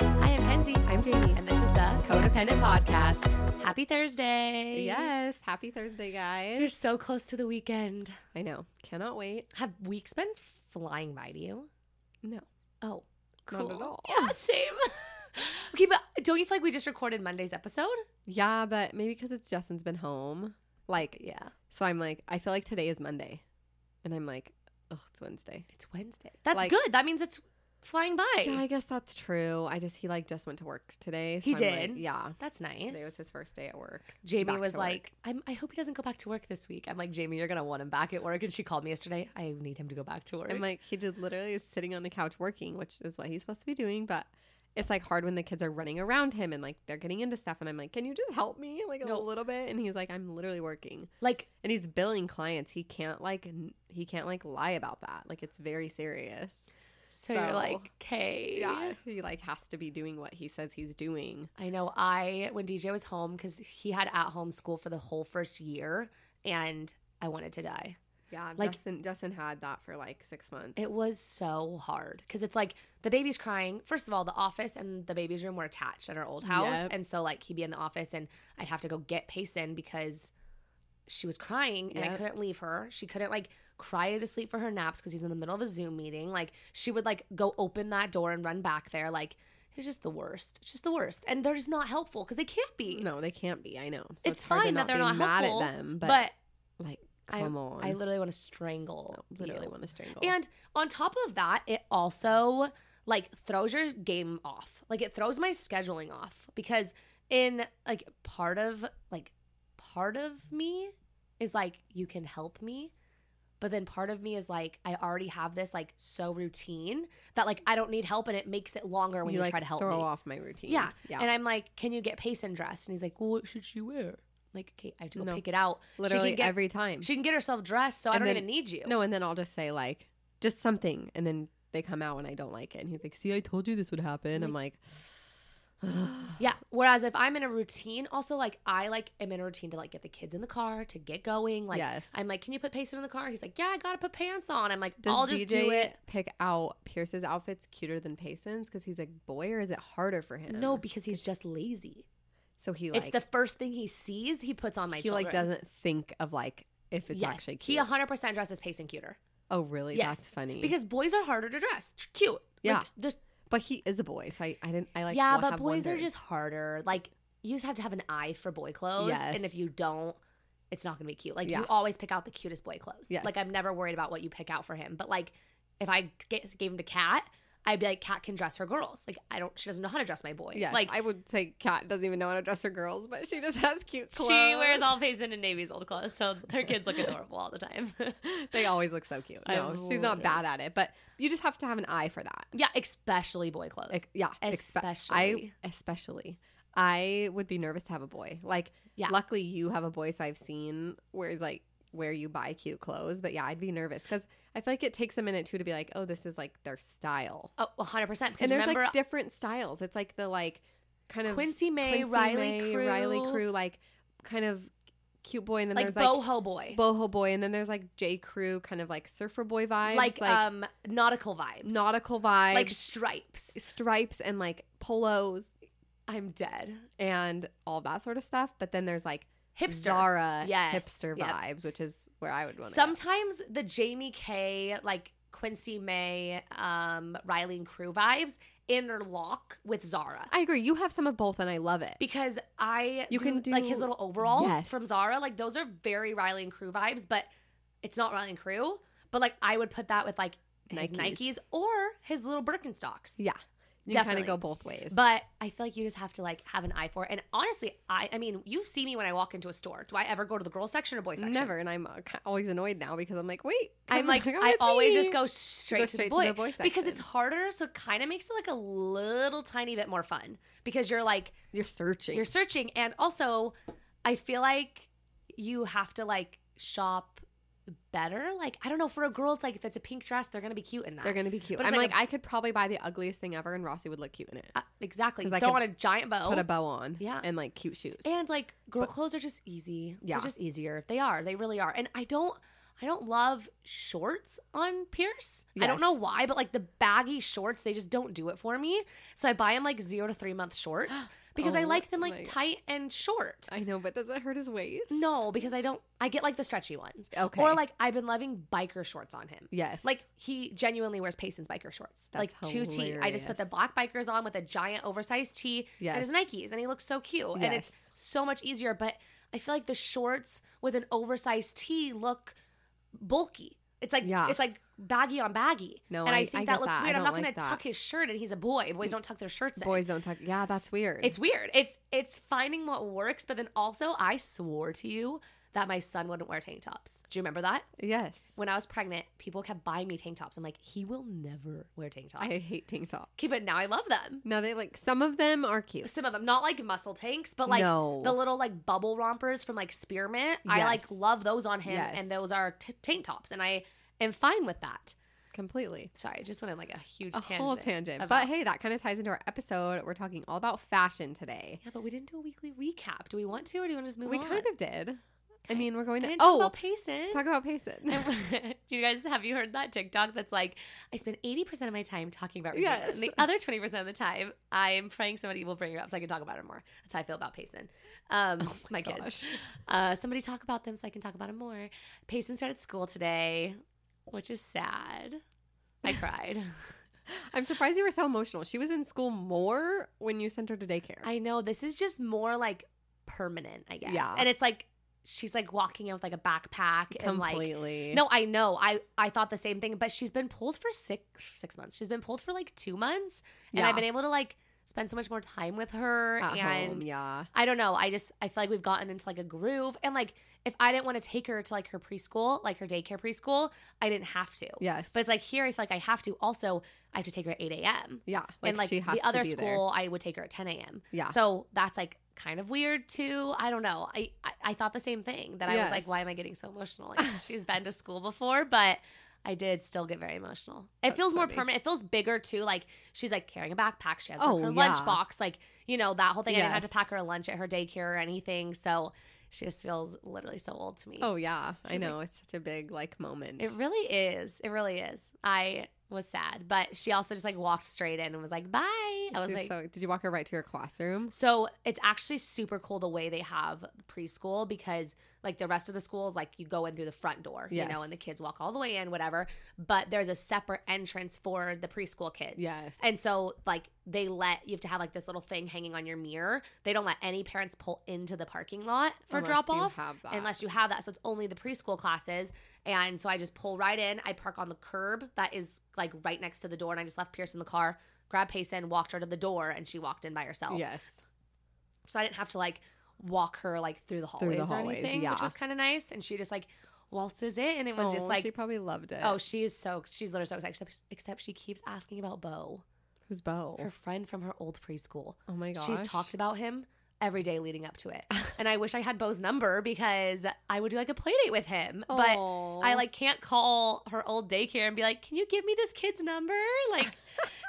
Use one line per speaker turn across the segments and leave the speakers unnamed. Hi, I'm Kenzie.
I'm Jamie.
And this is the Codependent Podcast. Happy Thursday.
yes, happy Thursday, guys.
You're so close to the weekend.
I know. Cannot wait.
Have weeks been flying by to you?
No.
Oh,
Not
cool.
at all.
Yeah, same. okay, but don't you feel like we just recorded Monday's episode?
Yeah, but maybe because it's Justin's been home. Like,
Yeah.
so I'm like, I feel like today is Monday. And I'm like, oh, it's Wednesday.
It's Wednesday. That's
Like-
good. That means it's flying by.
Yeah, I guess that's true. I just, he like just went to work today.
He
I'm like,
did?
yeah.
That's nice.
Today was his first day at work.
Jamie
Back
was
to work.
like, I'm, I hope he doesn't go back to work this week. I'm like, Jamie, you're going to want him back at work. And she called me yesterday. I need him to go back to work.
I'm like, he did literally is sitting on the couch working, which is what he's supposed to be doing. But it's like hard when the kids are running around him and like they're getting into stuff. And I'm like, can you just help me like a
No.
little bit? And he's like, I'm literally working.
like,
and he's billing clients he can't like n- he can't like lie about that like it's very serious
so, you're
So-
like, okay.
yeah he like has to be doing what he says he's doing
I know I when DJ was home because he had at home school for the whole first year and I wanted to die.
yeah
Like-
justin justin had that for like six months
It was so hard because it's like the baby's crying. First of all, the office and the baby's room were attached at our old house,
Yep.
and so like he'd be in the office and I'd have to go get Payson because she was crying and I
Yep.
couldn't leave her. She couldn't like cry to sleep for her naps because he's in the middle of a Zoom meeting. Like she would like go open that door and run back there. Like it's just the worst. It's just the worst, and they're just not helpful because they can't be.
no they can't be i know so
it's,
hard to
fine that they're
be
not
mad
helpful,
at them but,
but
like
I-
come on
I literally want to strangle.
No, literally
you.
want to strangle
And on top of that, it also like throws your game off. Like it throws my scheduling off because in like part of like part of me is like you can help me, but then part of me is like I already have this like so routine that like I don't need help and it makes it longer when you,
like
try to help
throw
me.
off my routine
Yeah.
yeah
And I'm like, can you get Payson dressed? And he's like, well, what should she wear? Like, okay, I have to go
No.
pick it out.
literally
she can get,
every time
She can get herself dressed, so I
And
don't
then-
even need you.
no and then i'll just say like just something and then they come out and i don't like it and he's like see i told you this would happen i'm like
Yeah. Whereas if I'm in a routine, also like I like am in a routine to like get the kids in the car to get going. Like
Yes.
I'm like, can you put Payson in the car? He's like, yeah, I gotta put pants on. I'm like,
Does
I'll just
DJ
do it.
Pick out Pierce's outfits cuter than Payson's because he's a boy, or is it harder for him?
No, because he's just lazy.
so he like
it's the first thing he sees. He puts on my.
he
children.
like doesn't think of like if it's
Yes.
actually
He
cute.
100 percent dresses Payson cuter.
oh, really?
Yes.
That's funny.
Because boys are harder to dress. T- Cute.
Yeah.
Like, just
but he is a boy, so I, I didn't I like
yeah,
wa-
but
have
boys are
wondered.
just harder. Like you just have to have an eye for boy clothes,
Yes.
and if you don't, it's not gonna be cute. Like
Yeah.
you always pick out the cutest boy clothes.
Yes.
Like I'm never worried about what you pick out for him. But like if I get, gave him to Kat, I'd be like, Kat can dress her girls. Like I don't. She doesn't know how to dress my boy.
Yes,
Like
I would say Kat doesn't even know how to dress her girls, but she just has cute
she
clothes.
wears all Payson and Navy's old clothes, so her kids look adorable all the time.
They always look so cute.
I
No, she's not
literally-
bad at it, but you just have to have an eye for that.
yeah, especially boy clothes.
Ex- yeah, expe-
Especially.
I especially I would be nervous to have a boy. Like,
Yeah.
luckily you have a boy, so I've seen where it's like where you buy cute clothes. But yeah, I'd be nervous because I feel like it takes a minute too to be like, oh, this is like their style.
oh, 100. percent Because
And there's
remember,
like different styles. It's like the like kind of
Quincy May, Riley
May,
Crew.
Riley Crew, like kind of cute boy, and then
like
there's
boho boy,
like boho boy, and then there's like J Crew, kind of like surfer boy vibes,
like, um nautical vibes,
nautical vibes,
like stripes.
stripes, and like polos.
I'm dead.
and all that sort of stuff. But then there's like
Hipster.
Zara
Yes.
hipster
Yep.
vibes, which is where I would want to
Sometimes the Jamie K like Quincy May, um, Riley and crew vibes interlock with Zara.
I agree. You have some of both, and I love it.
because I
You can
like
do-
his little overalls
Yes.
from Zara. Like those are very Riley and Crew vibes, but it's not Riley and Crew. But like I would put that with like his
Nikes.
Nikes, or his little Birkenstocks.
Yeah. You kind
Definitely.
of go both ways.
But I feel like you just have to like have an eye for it. And honestly, I I mean, you see me when I walk into a store. Do I ever go to the girls section or boys section?
never. And I'm uh, ki- always annoyed now because I'm like, wait.
I'm
come
like
come
I
with
always
me.
just go straight,
straight
to,
to
the boy,
the boy
because it's
section.
harder, so it kind of makes it like a little tiny bit more fun because you're like
You're searching.
You're searching. And also, I feel like you have to like shop better. Like, I don't know, for a girl, it's like if it's a pink dress, they're going to be cute in that.
They're going to be cute.
But it's
I'm
like
like, I could probably buy the ugliest thing ever, and Rossi would look cute in it.
Uh, exactly.
'Cause I
don't
could
want a giant bow.
Put a bow on.
Yeah.
oh. And like cute shoes.
And like girl
But-
clothes are just easy.
Yeah.
They're just easier. They are. They really are. And I don't I don't love shorts on Pierce. I don't know
Yes.
why, but like the baggy shorts, they just don't do it for me. So I buy them like 0 to 3 month shorts because I
Oh
like them like
my-
tight and short.
I know, but does it hurt his waist?
No, because I don't. I get like the stretchy ones.
Okay.
Or like I've been loving biker shorts on him.
Yes.
Like he genuinely wears Payson's biker shorts.
That's
like two T. I just put
hilarious.
the black bikers on with a giant oversized tee and his
Yes.
Nikes, and he looks so cute. And it's
Yes.
so much easier. But I feel like the shorts with an oversized tee look bulky. It's like
Yeah.
it's like baggy on baggy.
No,
and I,
I-
think
I
that
get
looks
that. I
weird. I'm not
don't
gonna
like that. Mm.
tuck his shirt, and he's a boy. Boys don't tuck their shirts. in.
Boys don't talk. Yeah, that's weird.
It's weird. It's it's finding what works, but then also I swore to you that my son wouldn't wear tank tops. Do you remember that?
yes.
When I was pregnant, people kept buying me tank tops. I'm like, he will never wear tank tops.
I hate tank tops.
okay, but now I love them.
No, they like some of them are cute.
Some of them, not like muscle tanks, but like
No.
the little like bubble rompers from like Spearmint. I like
Yes.
love those on him,
Yes.
and those are t- tank tops, and I am fine with that.
Completely.
Sorry, I just went on like a huge
A
tangent.
whole tangent.
about-
But hey, that kind of ties into our episode. We're talking all about fashion today.
yeah, but we didn't do a weekly recap. Do we want to, or do you want to just move
we
on?
kind of did. I mean, we're
I
going to
didn't talk
oh
about Payson.
talk about Payson.
And- you guys have you heard that TikTok that's like I spend eighty percent of my time talking about Regina,
Yes.
and the other twenty percent of the time I am praying somebody will bring her up so I can talk about her more. That's how I feel about Payson. Um, my, kids.
Oh gosh.
Uh, somebody talk about them so I can talk about him more. Payson started school today, which is sad. I cried.
I'm surprised you were so emotional. She was in school more when you sent her to daycare.
I know this is just more like permanent, I guess.
Yeah.
And it's like she's like walking in with like a backpack and like
completely.
No, I know. I I thought the same thing, but she's been pulled for six six months. She's been pulled for like two months, and
Yeah.
I've been able to like spend so much more time with her.
At
and
home, yeah.
I don't know. I just I feel like we've gotten into like a groove, and like if I didn't want to take her to like her preschool, like her daycare preschool, I didn't have to.
Yes.
But it's like here, I feel like I have to. Also, I have to take her at eight a.m.
yeah, like,
and like
she has
the other
to be there.
school, I would take her at ten a.m.
Yeah.
So that's like kind of weird too. I don't know. I I, I thought the same thing that I was like,
Yes.
why am I getting so emotional? Like, she's been to school before, but I did still get very emotional. It
That's
feels more
funny.
permanent. It feels bigger too. Like she's like carrying a backpack. She has
Oh,
her, her
yeah.
lunchbox. Like you know that whole thing. I didn't have to
Yes.
pack her a lunch at her daycare or anything. So she just feels literally so old to me.
Oh yeah, I
She's like-
know. it's such a big like moment.
It really is. It really is. I was sad, but she also just like walked straight in and was like, "Bye." I was
She's
like,
so, did you walk her right to your classroom?
So it's actually super cool the way they have preschool because like the rest of the schools, like you go in through the front door, you know,
Yes.
and the kids walk all the way in, whatever. But there's a separate entrance for the preschool kids.
Yes.
And so like they let you have to have like this little thing hanging on your mirror. They don't let any parents pull into the parking lot for
Unless you
drop off
have that.
unless you have that. So it's only the preschool classes. And so I just pull right in. I park on the curb that is like right next to the door. And I just left Pierce in the car, grabbed Payson, walked her to the door, and she walked in by herself.
Yes.
So I didn't have to like walk her like through the
Through
hallways,
the
or
hallways,
anything, which
yeah.
was kind of nice. And she just like waltzes it, and it was just
Oh,
like,
she probably loved it.
oh, she is so she's literally so excited. Except, except she keeps asking about Bo,
who's Bo?
her friend from her old preschool.
oh my gosh.
She's talked about him every day leading up to it, and I wish I had Bo's number because I would do like a play date with him,
Oh,
but. I like can't call her old daycare and be like, "Can you give me this kid's number?" Like,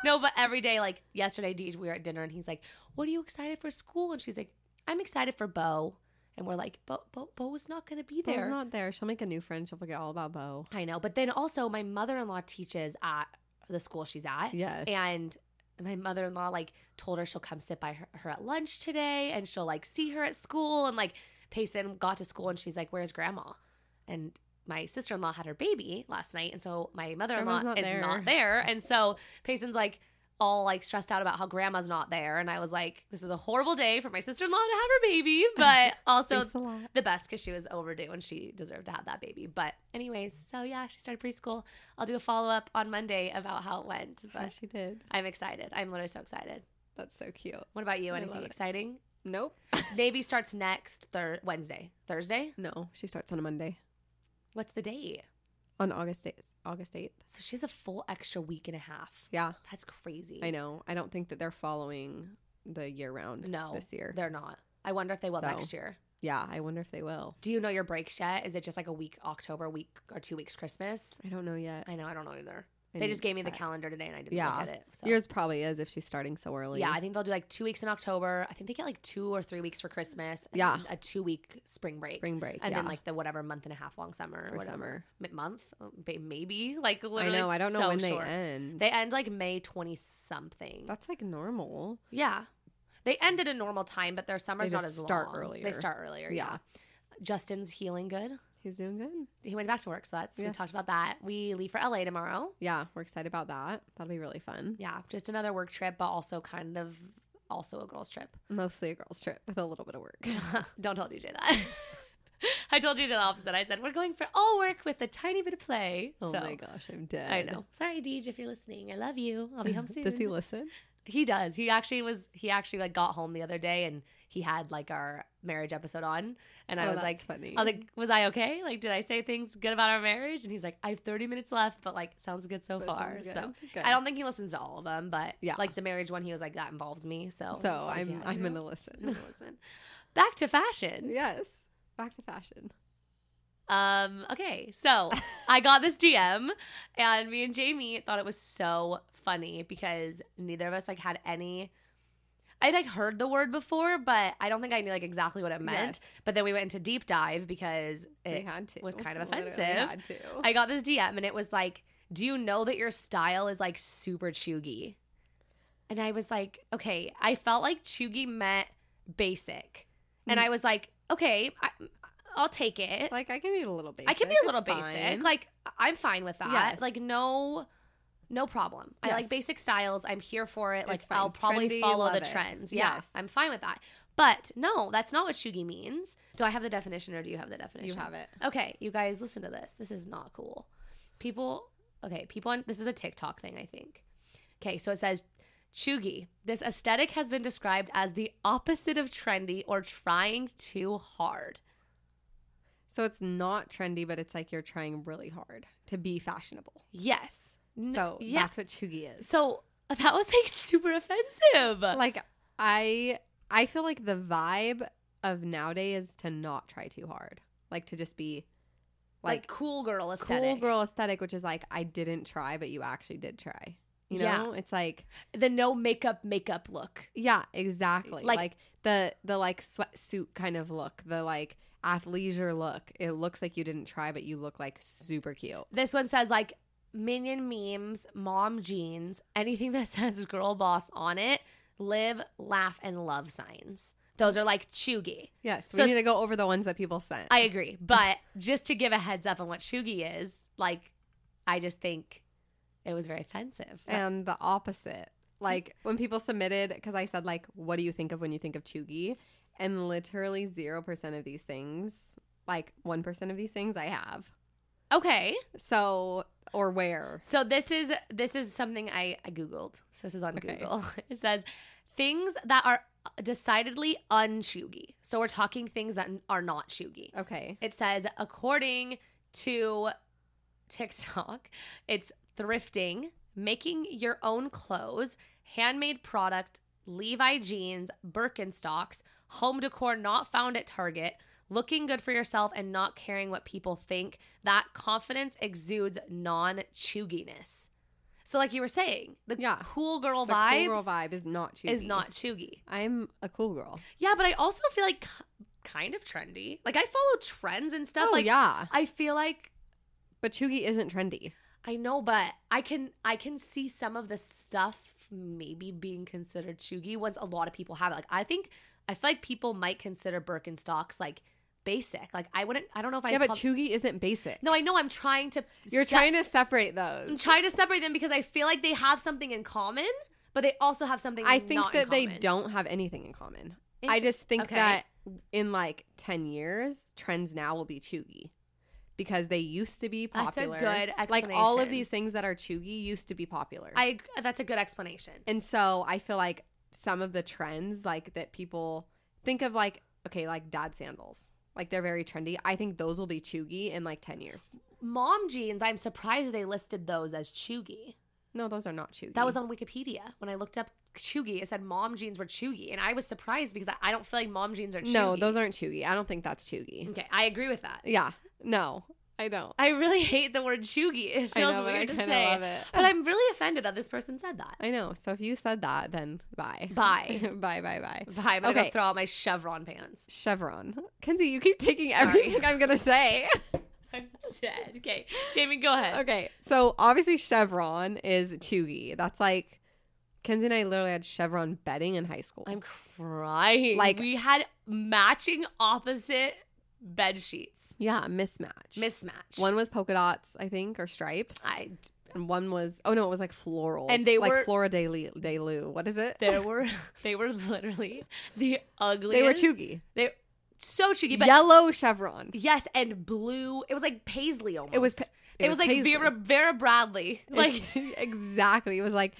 no, but every day, like yesterday, Deej, we were at dinner and he's like, "What are you excited for school?" And she's like, "I'm excited for Bo," and we're like, "Bo, Bo, Bo's not gonna be
Bo's
there."
not there. She'll make a new friend. She'll forget all about Bo.
I know, but then also my mother-in-law teaches at the school she's at,
Yes.
and my mother-in-law like told her she'll come sit by her, her at lunch today and she'll like see her at school and like Payson got to school and she's like where's grandma and my sister in law had her baby last night, and so my mother in law
Grandma's not
is
there.
not there, and so Payson's like all like stressed out about how grandma's not there, and I was like, this is a horrible day for my sister in law to have her baby, but also
Thanks a lot.
the best because she was overdue and she deserved to have that baby. But anyways, so yeah, she started preschool. I'll do a follow up on Monday about how it went,
Yeah,
but
she did.
I'm excited. I'm literally so excited.
That's so cute.
What about you?
I
Anything
love it.
exciting?
Nope.
Navy starts next thir- Wednesday. Thursday?
No, she starts on a Monday.
What's the date?
On August 8th. August 8th.
So she has a full extra week and a half.
Yeah,
That's crazy.
I know. I don't think that they're following the year round
No,
this year.
They're not. I wonder if they will
So.
next year.
Yeah, I wonder if they will.
Do you know your breaks yet? Is it just like a week October, week or two weeks Christmas?
I don't know yet.
I know. I don't know either.
I
they
need
just
to
gave me the
check.
calendar today and I didn't
Yeah.
look at it. So.
Yours probably is if she's starting so early.
Yeah, I think they'll do like two weeks in October. I think they get like two or three weeks for Christmas. and
Yeah.
then a two week spring break.
Spring break.
and
yeah.
then like the whatever month and a half long summer or
for
whatever.
summer.
Mi- month Oh, ba- maybe like literally
I know. I
it's
don't know
so
when
short.
they end.
They end like May 20 something.
That's like normal.
yeah. They end at a normal time, but their summer's not
just
as
start
long. They
earlier.
start earlier. Yeah.
Yeah.
Justin's healing good.
He's doing good.
He went back to work, so that's we talked
Yes.
about that. We leave for LA tomorrow.
Yeah, we're excited about that. That'll be really fun.
Yeah, just another work trip, but also kind of also a girls trip.
Mostly a girls' trip with a little bit of work.
Don't tell DJ that. I told DJ the opposite. I said we're going for all work with a tiny bit of play.
Oh
so
my gosh, I'm dead.
I know. Sorry, DJ, if you're listening, I love you. I'll be home soon.
Does he listen?
He does. He actually was. He actually like got home the other day and he had like our marriage episode on, and I
Oh,
was
that's
like,
funny.
I was like, was I okay? Like, did I say things good about our marriage? And he's like, I have 30 minutes left, but like, sounds good so
That
far.
sounds
So
good. Good.
I don't think he listens to all of them, but
Yeah.
like the marriage one, he was like, that involves me. So
So
I was like,
I'm
yeah,
I'm
true.
gonna
I'm
listen.
gonna listen. Back to fashion.
yes. Back to fashion.
Um, okay, so I got this DM and me and Jamie thought it was so funny because neither of us like had any I like heard the word before, but I don't think I knew like exactly what it meant.
Yes.
But then we went into deep dive because
we
it
had to.
was kind of
Literally
offensive.
Had to.
I got this DM and it was like, "Do you know that your style is like super chuggy?" And I was like, "Okay." I felt like chuggy meant basic, and
Mhm.
I was like, "Okay, I, I'll take it.
like I can be a little basic.
I can be a
It's
little basic.
fine.
Like I'm fine with that.
Yes.
Like no." No problem. I like
Yes.
basic styles. I'm here for it. Like
It's fine.
I'll probably
Trendy,
follow
love
the
it.
trends. Yeah,
Yes.
I'm fine with that. But no, that's not what shugi means. Do I have the definition or do you have the definition?
you have it.
Okay, you guys, listen to this. This is not cool. People, okay, people on this is a TikTok thing, I think. Okay, so it says Chugi. This aesthetic has been described as the opposite of trendy or trying too hard.
So it's not trendy, but it's like you're trying really hard to be fashionable.
Yes. N-
So
yeah.
that's what chuggy is.
So that was like super offensive.
like I I feel like the vibe of nowadays is to not try too hard. Like to just be
Like
like,
cool girl aesthetic.
cool girl aesthetic, which is like I didn't try, but you actually did try. You
Yeah.
know? It's like
The no makeup makeup look.
Yeah, exactly.
Like-
Like, the the like sweatsuit kind of look, the like athleisure look. It looks like you didn't try, but you look like super cute.
This one says like minion memes, mom jeans, anything that says girl boss on it, live, laugh, and love signs. Those are like chuggy.
Yes,
So-
we need to go over the ones that people sent.
I agree. But just to give a heads up on what chuggy is, like, I just think it was very offensive.
and the opposite. Like when people submitted, because I said like, "What do you think of when you think of chuggy?" And literally zero percent of these things, like one percent of these things, I have.
okay.
So or where?
So this is this is something I, I Googled. So this is on
Okay.
Google. It says things that are decidedly unchuggy. So we're talking things that are not chuggy.
Okay.
It says, according to TikTok, it's thrifting, making your own clothes, handmade product, Levi jeans, Birkenstocks, home decor not found at Target, looking good for yourself and not caring what people think. That confidence exudes non chuginess. So, like you were saying, the
Yeah.
cool girl
The
vibes
cool girl vibe is not chuggy.
is not chuggy.
I'm a cool girl.
Yeah, but I also feel like k- kind of trendy. Like I follow trends and stuff.
oh
like
yeah,
I feel like
but chuggy isn't trendy.
I know, but I can I can see some of the stuff maybe being considered chuggy once a lot of people have it. Like I think I feel like people might consider Birkenstocks like basic. Like I wouldn't. I don't know if I.
yeah, but
call-
chuggy isn't basic.
No, I know. I'm trying to.
you're
se-
trying to separate those.
I'm trying to separate them because I feel like they have something in common, but they also have something.
I think
not in
that they
common.
don't have anything in common. I
Inter-
just think
Okay.
that in like 10 years, trends now will be chuggy because they used to be
That's a
popular.
good
Like all of
explanation.
these things that are chuggy used to be popular.
I. That's a good explanation.
and so I feel like some of the trends like that people think of like okay, like dad sandals. Like they're very trendy. I think those will be chuggy in like 10 years.
Mom jeans. I'm surprised they listed those as chuggy.
No, those are not chuggy.
That was on Wikipedia when I looked up chuggy. It said mom jeans were chuggy, and I was surprised because I, I don't feel like mom jeans are. Chuggy.
No, those aren't chuggy. I don't think that's chuggy.
Okay, I agree with that.
Yeah. No. I don't.
I really hate the word chuggy. It feels
I know, but
weird
I
to
kinda
say.
love it.
But I'm really offended that this person said that.
I know. So if you said that, then bye.
Bye.
bye, bye, bye.
Bye, I'm gonna go
Okay.
throw out my chevron pants.
Chevron. Kenzie, you keep taking
Sorry.
everything I'm going to say.
I'm dead. Okay, Jamie, go ahead.
okay. So obviously, Chevron is chuggy. That's like, Kenzie and I literally had Chevron bedding in high school.
I'm crying.
Like-
we had matching opposite bed sheets.
yeah, mismatch.
Mismatch.
One was polka dots, I think, or stripes.
I
and one was, oh no, it was like florals.
And they
like
were-
Flora de, Li- de Lou. What is it?
there were they were literally the ugliest.
They were chuggy.
They so chuggy, but
Yellow Chevron.
yes, and blue. It was like paisley almost.
It was pa-
It, was, like
paisley.
Vera Vera Bradley. Like
It's- exactly. It was like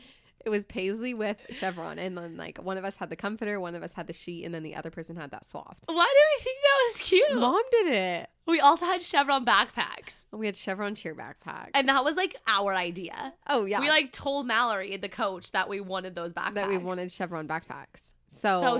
it was paisley with chevron, and then like one of us had the comforter, one of us had the sheet, and then the other person had that soft.
Why do we think that was cute?
Mom did it.
We also had chevron backpacks,
We had chevron cheer backpacks,
and that was like our idea.
oh yeah,
We like told Mallory, the coach, that we wanted those backpacks.
that we wanted chevron backpacks. So,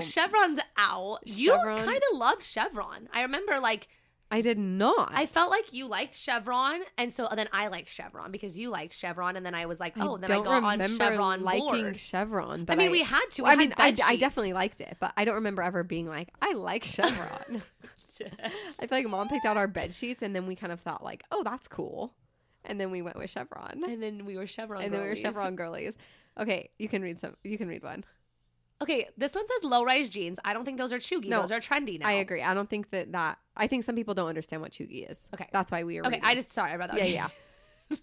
So chevron's out. You
Chevron-
kind of loved chevron. I remember, like,
I did not.
I felt like you liked chevron, and so then I liked chevron because you liked chevron, and then I was like,
I
oh, then I
don't
got on
remember
chevron
liking
board.
chevron.
I
But
mean, we had to. We
I
had
mean, I,
bed
I
sheets.
definitely liked it, but I don't remember ever being like, I like chevron. I feel like mom picked out our bed sheets, and then we kind of thought like, oh, that's cool, and then we went with chevron.
and then we were chevron.
and then we were
girlies.
chevron girlies. Okay, you can read some. You can read one.
Okay, this one says low-rise jeans. I don't think those are chuggy.
No,
those are trendy now.
I agree. I don't think that that. I think some people don't understand what chuggy is.
Okay.
that's why we were.
Okay,
reading.
I just sorry. I read that.
Yeah,
one.
yeah,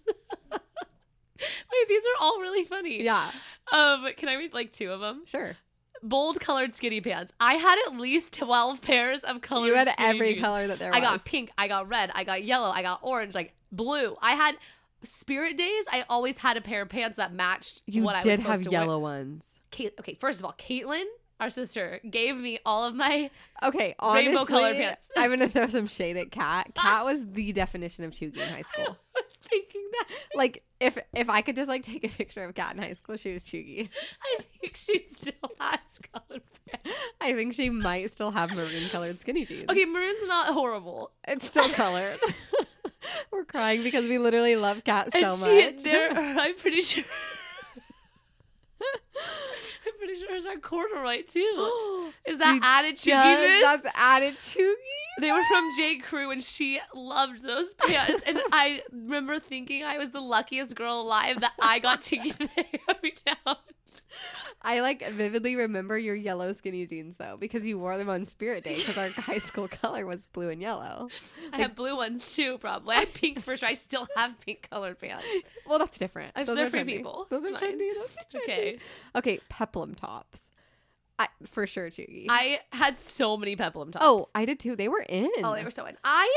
Wait, these are all really funny.
yeah.
Um, can I read like two of them?
Sure.
Bold colored skinny pants. I had at least twelve pairs of colored.
you had
skinny
every
jeans.
color that there
I
was.
got pink. I got red. I got yellow. I got orange. Like blue. I had spirit days. I always had a pair of pants that matched
You
what I was
did
supposed
have
to
yellow
Wear.
ones.
Kate, okay, first of all, Caitlin, our sister, gave me all of my.
Okay, honestly,
Rainbow colored pants.
I'm gonna throw some shade at Kat. Kat was the definition of chuggy in high school.
I was thinking that.
Like if if I could just like take a picture of Kat in high school, she was chuggy.
I think she still has colored pants.
I think she might still have maroon colored skinny jeans.
Okay, maroon's not horrible.
It's still colored. We're crying because we literally love cats so
and
much.
she, there, I'm pretty sure. I'm pretty sure it's on corduroy too. Is that
She
added
Yes,
cheekiness?
that's added chuggy.
They were from J. Crew, and she loved those pants. and I remember thinking I was the luckiest girl alive that I got to get them every down.
I like vividly remember your yellow skinny jeans though, because you wore them on Spirit Day because our high school color was blue and yellow.
I had blue ones too, probably. I had pink for sure. I still have pink colored pants.
Well, that's different.
That's-
Those
they're
are
free
trendy.
people.
Those
It's
are
fine.
trendy. Those are trendy.
Okay.
Okay, peplum tops. I, for sure, chuggy.
I had so many peplum tops.
oh, I did too. They were in.
Oh, they were so in. I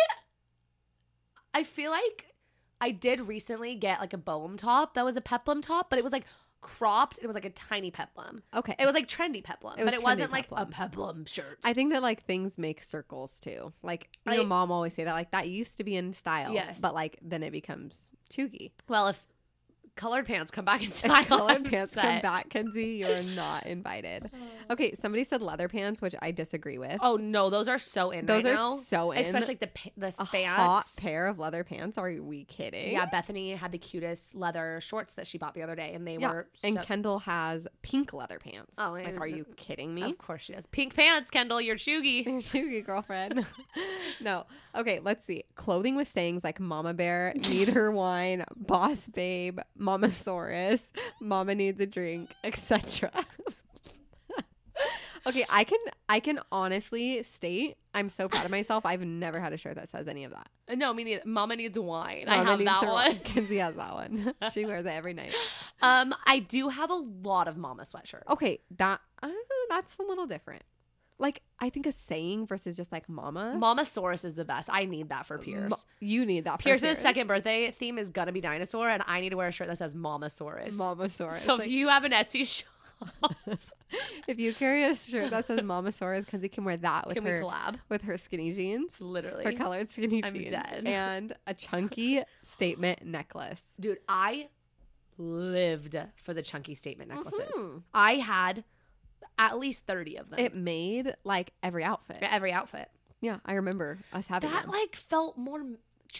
I feel like I did recently get like a bohem top that was a peplum top, but it was like cropped. It was like a tiny peplum.
okay.
It was like trendy peplum,
It was
but it
trendy
wasn't like a
peplum.
peplum shirt.
I think that like things make circles too. Like you know,
I-
mom always say that like that used to be in style,
Yes.
but like then it becomes chuggy.
well, if colored pants come back in style,
If colored
I'm
pants come
set.
back, Kenzie. You're not invited. Okay, somebody said leather pants, which I disagree with.
Oh no, those are so in.
Those
right
are
now.
so in.
especially like the pa- the
a
spanx.
hot pair of leather pants. Are we kidding?
Yeah, Bethany had the cutest leather shorts that she bought the other day, and they
Yeah.
were
And
so-
Kendall has pink leather pants.
Oh,
like,
and-
are you kidding me?
Of course she does. Pink pants, Kendall. You're chuggy.
Your chuggy girlfriend. no. Okay, let's see. Clothing with sayings like Mama Bear, Need Her Wine, Boss Babe, Mama Saurus, Mama Needs a Drink, etc. Okay, I can I can honestly state I'm so proud of myself. I've never had a shirt that says any of that.
Uh, No, me neither. Mama needs wine. I
Mama
have
needs
that
her-
one.
Kinsey has that one. she wears it every night.
Um, I do have a lot of mama sweatshirts.
Okay, that uh, that's a little different. Like I think a saying versus just like mama.
Mama Saurus is the best. I need that for
Ma-
Pierce.
you need that. for
Pierce's second birthday theme is gonna be dinosaur, and I need to wear a shirt that says Mama Saurus.
Mamasaurus.
So
Like,
if you have an Etsy shop,
if you carry a shirt that says Mamasaurus, Kenzie can wear that with
can we
her
collab?
with her skinny jeans,
Literally,
her colored skinny
I'm
jeans,
dead.
and a chunky statement necklace.
dude, I lived for the chunky statement necklaces.
Mhm.
I had at least thirty of them.
It made like every outfit.
for every outfit.
Yeah, I remember us having
That
them.
like felt more.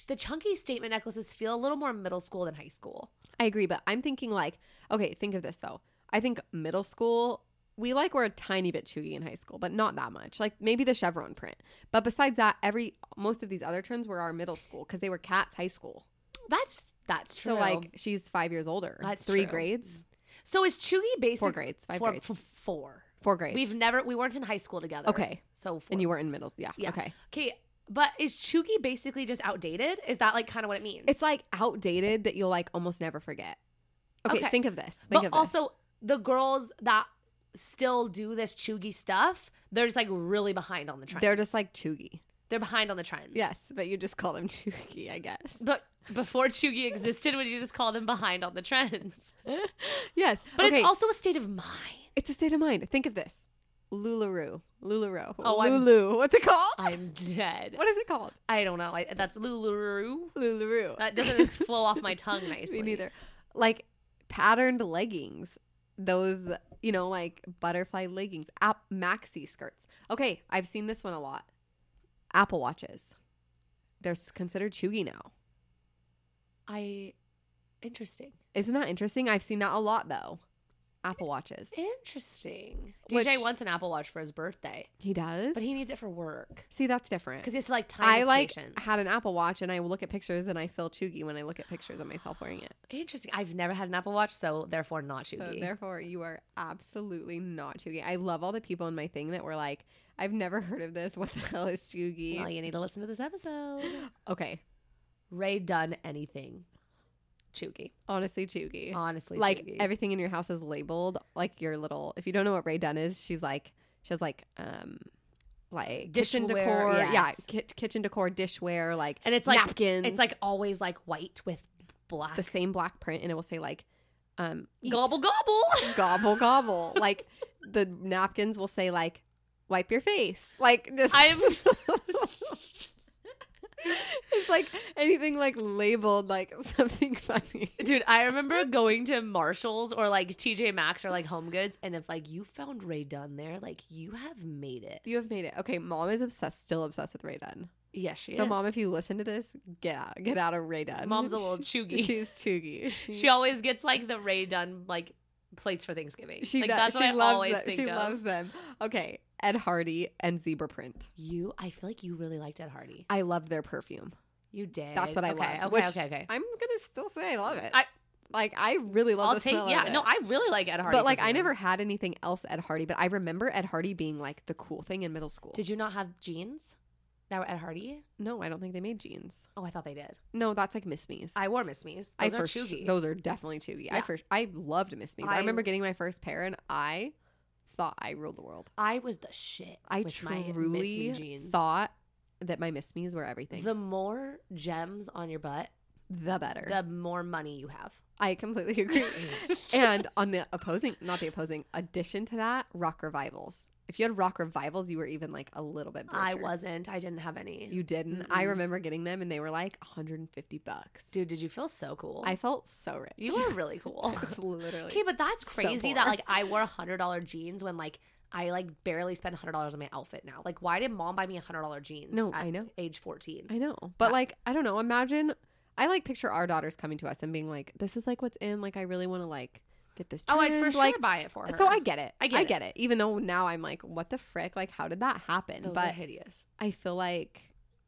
The chunky statement necklaces feel a little more middle school than high school.
I agree, but I'm thinking like, okay, think of this though. I think middle school, we like were a tiny bit chewy in high school, but not that much. Like maybe the chevron print. But besides that, every most of these other trends were our middle school because they were Cat's high school.
That's that's true.
So like she's five years older.
That's
three
true.
grades,
so is Chugi basically
four grades, five
four,
grades,
f- four.
four grades.
We've never we weren't in high school together.
Okay.
so four.
and you were in middle. Yeah,
Yeah.
Okay.
okay. But is Chugi basically just outdated? Is that like kind of what it means?
It's like outdated that you'll like almost never forget. Okay,
Okay.
think of this. Think
but
of this.
also the girls that still do this Chugi stuff, they're just like really behind on the trends.
they're just like chuggy.
they're behind on the trends.
Yes, but you just call them chuggy, I guess.
But before Chugi existed, would you just call them behind on the trends?
Yes,
But
okay.
it's also a state of mind.
It's a state of mind. Think of this. Lularoe. Lularoe.
Oh, I'm-
Lulu. What's it called?
I'm dead.
What is it called?
I don't know. I, that's Luluru.
Lularoe.
That doesn't flow off my tongue nicely.
Me neither. Like patterned leggings. Those, you know, like butterfly leggings. App maxi skirts. Okay, I've seen this one a lot. Apple watches. They're s- considered chuggy now.
I interesting.
Isn't that interesting? I've seen that a lot though. Apple watches.
Interesting.
Which-
DJ wants an Apple Watch for his birthday,
He does.
but he needs it for work
See, that's different.
because he has to like time.
I
his
like
patience.
had an Apple Watch and I look at pictures and I feel chuggy when I look at pictures of myself wearing it.
interesting. I've never had an Apple Watch, so therefore not
So
Chugi.
therefore, you are absolutely not chuggy. I love all the people in my thing that were like, "I've never heard of this. What the hell is chuggy?"
well, you need to listen to this episode.
okay,
Ray done anything? Chugi.
honestly, chuggy.
Honestly,
like
Chugi.
everything in your house is labeled. Like your little. If you don't know what Ray Dunn is, she's like, she has like, um, like kitchen
Dishware,
decor. Yeah,
yes.
ki- kitchen decor, dishware, like
and it's like
napkins.
It's like always like white with black.
the same black print, and it will say like, um, eat.
gobble gobble.
gobble gobble. like the napkins will say like wipe your face. Like just
I'm-
It's like anything like labeled like something funny.
Dude, I remember going to Marshalls or like TJ Maxx or like Home Goods, and if like you found Ray Dunn there, like you have made it.
You have made it. Okay, mom is obsessed, still obsessed with Ray Dunn.
Yes, she
so
is.
mom, if you listen to this, get out, get out of Ray Dunn.
Mom's a little
She-
chuggy.
She's chuggy.
she always gets like the Ray Dunn like plates for Thanksgiving.
she
like
does-
that's
she
what I
loves
always
them.
think
she
of.
loves them. Okay, Ed Hardy and Zebra Print.
you, I feel like you really liked Ed Hardy.
I love their perfume.
You did.
That's what I
okay,
loved,
Okay,
which
okay, okay.
I'm gonna still say I love it.
I-
like I really love
I'll
the
take.
smell
Yeah,
of it.
no, I really like Ed Hardy.
but like I
perfume.
never had anything else Ed Hardy, but I remember Ed Hardy being like the cool thing in middle school.
Did you not have jeans that were Ed Hardy?
No, I don't think they made jeans.
Oh, I thought they did.
No, that's like Miss Me's.
I wore Miss Me's. Those
I
are
for su-
Chugi.
those are definitely chuggy. I
Yeah.
first I loved Miss Me's. I,
I-
remember getting my first pair and I thought I ruled the world.
I was the shit.
I
with my Miss
truly
Me jeans.
thought that my Miss Me's were everything.
The
The,
more gems on your butt,
better.
the more money you have.
I completely agree. and on the opposing, not the opposing, addition to that, rock revivals. If you had rock revivals, you were even like a little bit. Richer.
I wasn't. I didn't have any.
You didn't. I
Mm-mm.
remember getting them, and they were like 150 bucks.
Dude, did you feel so cool?
I felt so rich.
you were really cool.
It's literally.
okay, but that's
so
crazy that
poor.
like I wore hundred dollar jeans when like I like barely spend hundred dollars on my outfit now. Like, why did mom buy me hundred dollar jeans?
No,
at
I know.
Age fourteen.
I know, but like I don't know. Imagine I like picture our daughters coming to us and being like, "This is like what's in. Like I really want to like get this."
oh, I'd
trend,"
for sure
like,
buy it for her.
So I get it.
I get
I
it.
get it. Even though now I'm like, what the frick? Like, how did that happen?
Those
but
are hideous.
I feel like,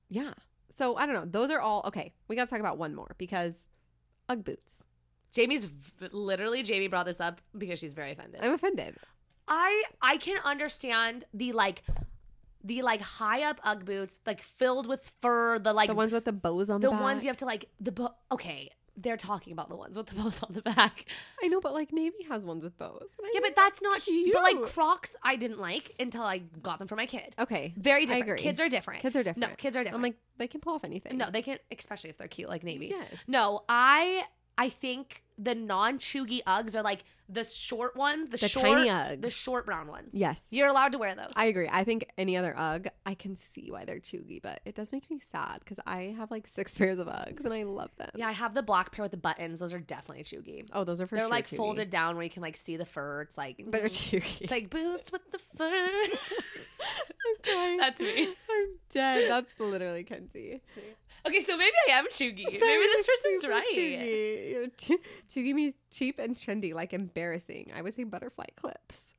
yeah. So I don't know. Those are all okay. We got to talk about one more because Ugg boots.
Jamie's v- literally Jamie brought this up because she's very offended.
I'm offended.
I I can understand the like the like high up UGG boots like filled with fur, the like
the ones with the bows on the
the ones you have to like the bo- okay, they're talking about the ones with the bows on the back.
I know, but like Navy has ones with bows. and I
Yeah,
think
but that's not
cute.
But like Crocs, I didn't like until I got them for my kid.
okay,
Very
I
different.
agree.
Kids are different.
Kids are different.
No, kids are different.
I'm like they can pull off anything.
no, they can't, especially if they're cute like navy.
Yes.
No, I I think the non chuggy Uggs are like the short one, the,
The
short,
tiny Uggs.
the short brown ones.
Yes.
you're allowed to wear those.
I agree. I think any other UGG, I can see why they're chuggy, but it does make me sad because I have like six pairs of UGGs and I love them.
yeah, I have the black pair with the buttons. Those are definitely chuggy.
Oh, those are for
they're
sure
like
chuggy.
folded down where you can like see the fur. It's like "Mm,
They're
it's
chuggy.
like boots with the fur.
I'm crying.
That's me.
I'm dead. That's literally Kenzie.
okay, so maybe I am chuggy. maybe
Sorry,
this
it's
person's
super
right.
Chuggy. You're ch- chuggy means cheap and trendy, like embarrassing. I would say butterfly clips.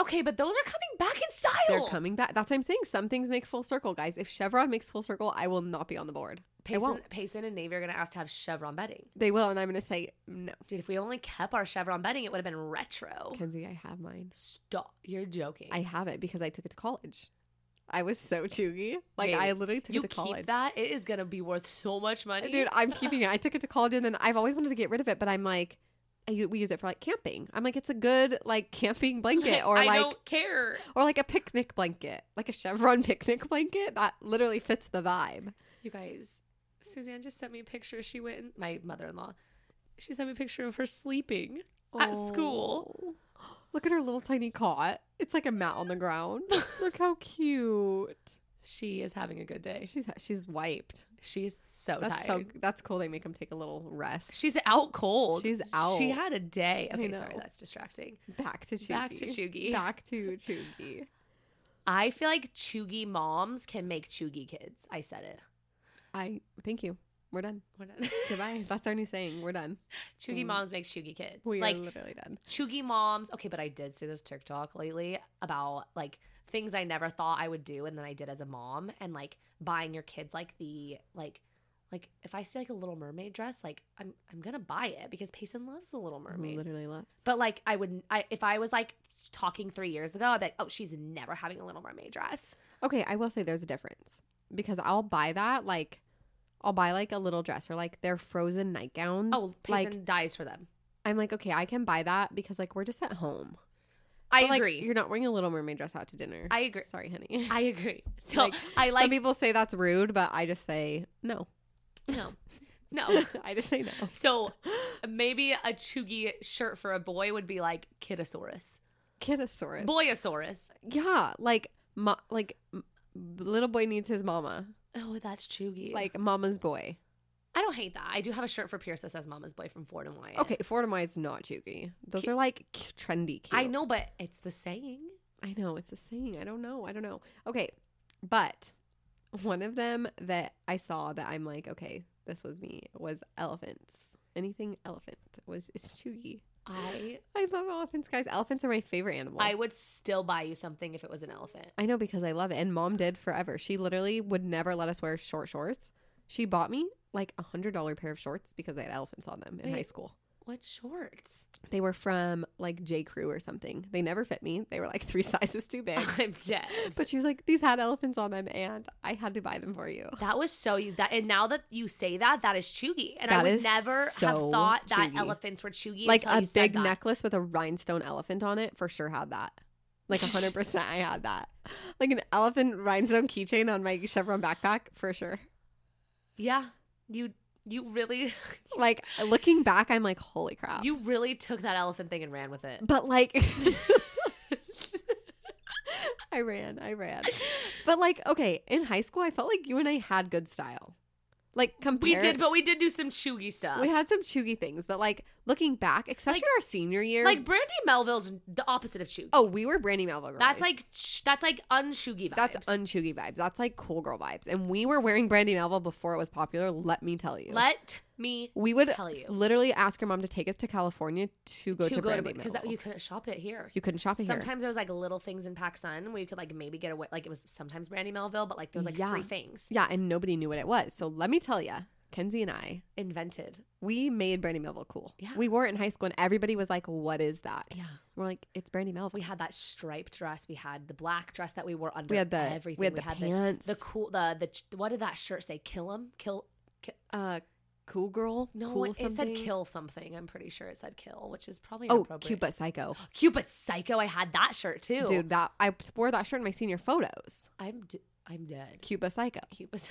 Okay, but those are coming back in style.
They're coming back. That's what I'm saying. Some things make full circle, guys. If Chevron makes full circle, I will not be on the board. I
Payson,
won't.
Payson and Navy are gonna ask to have chevron bedding.
They will, and I'm going to say no.
Dude, if we only kept our chevron bedding, it would have been retro.
Kenzie, I have mine.
Stop. You're joking.
I have it because I took it to college. I was so chuggy. Like
Jade,
I literally took
you
it to
keep
college.
that. It is gonna be worth so much money,
Dude, I'm keeping it. I took it to college and then I've always wanted to get rid of it, but I'm like I, u- we use it for like camping. I'm like it's a good like camping blanket or
I
like
don't care.
or like a picnic blanket, like a chevron picnic blanket that literally fits the vibe.
You guys, Suzanne just sent me a picture. She went. In, my mother-in-law. She sent me a picture of her sleeping at school.
Oh. Look at her little tiny cot. It's like a mat on the ground. Look how cute.
She is having a good day.
She's she's wiped.
She's so
That's so
tired.
that's cool. They make them take a little rest.
She's out cold.
She's
She
out.
had a day.
I
Okay, sorry,
know.
that's distracting.
Back to Chugi.
Back to Chugi.
Back to Chugi.
I feel like chuggy moms can make chuggy kids. I said it.
I thank you. We're done.
We're done.
Goodbye. That's our new saying. We're done.
chuggy
Mm.
moms make chuggy kids.
We
like
are literally done.
chuggy moms. Okay, but I did see this TikTok lately about like things I never thought I would do and then I did as a mom and like buying your kids like the like like if I see like a little mermaid dress, like I'm I'm gonna buy it because Payson loves the little mermaid.
Literally loves.
But like I would I if I was like talking three years ago, I'd be like, oh, she's never having a little mermaid dress.
Okay, I will say there's a difference because I'll buy that like I'll buy like a little dress or like their frozen nightgowns.
Oh, Payson
like
dies for them.
I'm like okay, I can buy that because like we're just at home.
I
But, like,
agree.
You're not wearing a little mermaid dress out to dinner.
I agree.
Sorry, honey.
I agree. So
Like,
I
Some
like
people say that's rude, but I just say no.
no, no.
I just say no.
So maybe a chuggy shirt for a boy would be like Kiddosaurus,
Kiddosaurus.
Boyosaurus.
yeah, like mo- like m- little boy needs his mama.
Oh, that's chuggy. Like
Like mama's boy.
I don't hate that. I do have a shirt for Pierce that says "Mama's Boy" from Ford and Wyatt.
Okay, Fordham White's not chuggy. Those are like c- trendy cute.
I know, but it's the saying.
I know. It's a saying. I don't know. I don't know. Okay. But one of them that I saw that I'm like, okay, this was me was elephants. Anything elephant was is chuggy.
I
I love elephants, guys. Elephants are my favorite animal.
I would still buy you something if it was an elephant.
I know because I love it. And mom did forever. She literally would never let us wear short shorts. She bought me like a hundred dollar pair of shorts because they had elephants on them in high
Wait.
school.
What shorts?
They were from like J. Crew or something. They never fit me. They were like three sizes too big.
I'm dead.
But she was like, these had elephants on them, and I had to buy them for you.
That was so you that and now that you say that, that is chuggy. And I
That
would
is
never have
so
thought that
chuggy.
elephants were chuggy.
Like
until
a
you said
big
that.
necklace with a rhinestone elephant on it, for sure had that. Like 100%, I had that. Like an elephant rhinestone keychain on my Chevron backpack, for sure.
Yeah. You you really
Like looking back, I'm like, holy crap.
you really took that elephant thing and ran with it.
but like, I ran, I ran. But like, okay, in high school, I felt like you and I had good style. Like,
We
compared,
did, but we did do some chuggy stuff.
we had some chuggy things. But like, looking back, especially our senior year,
like Brandy Melville's the opposite of chuggy.
Oh, we were Brandy Melville girls.
that's like ch- that's like unchuggy vibes.
that's unchuggy vibes. That's like cool girl vibes. And we were wearing Brandy Melville before it was popular. Let me tell you,
Let me
we would
tell you.
literally ask her mom to take us to California to go to, Brandy
because
Melville
that- you couldn't shop it here.
you couldn't shop it here.
Sometimes there was like little things in PacSun where you could like maybe get away. Like it was sometimes Brandy Melville, but like there was like
Yeah.
three things.
Yeah, and nobody knew what it was. So let me tell you, Kenzie and I,
invented.
we made brandy melville cool.
Yeah.
We wore it in high school, and everybody was like, "What is that?"
Yeah.
We're like, "It's brandy melville."
We had that striped dress. We had the black dress that we wore under.
we had the
everything.
we had the pants.
The, cool. The the ch- what did that shirt say? Kill him. Kill.
uh, cool girl.
No,
cool
it, it said
something.
kill something. I'm pretty sure it said kill, which is probably
Oh,
inappropriate.
cute but psycho,
cute but psycho. I had that shirt too,
dude. That I wore that shirt in my senior photos.
I'm d- I'm dead.
Cute but psycho.
Cute but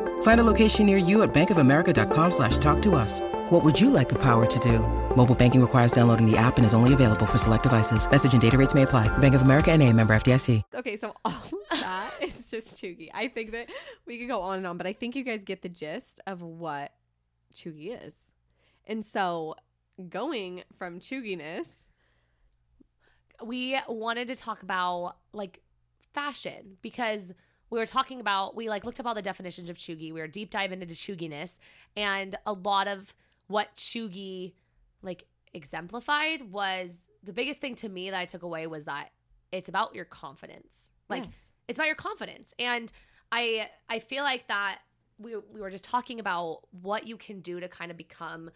Find a location near you at bankofamerica.com slash talk to us. What would you like the power to do? Mobile banking requires downloading the app and is only available for select devices. Message and data rates may apply. Bank of America and a member FDIC.
Okay, so all of that is just Chugi. I think that we could go on and on, but I think you guys get the gist of what Chugi is. And so going from Chuginess,
we wanted to talk about like fashion because we were talking about we like looked up all the definitions of chugi. We were deep dive into chuginess and a lot of what chugi like exemplified was the biggest thing to me that I took away was that it's about your confidence. Like
Yes.
it's about your confidence. And I I feel like that we we were just talking about what you can do to kind of become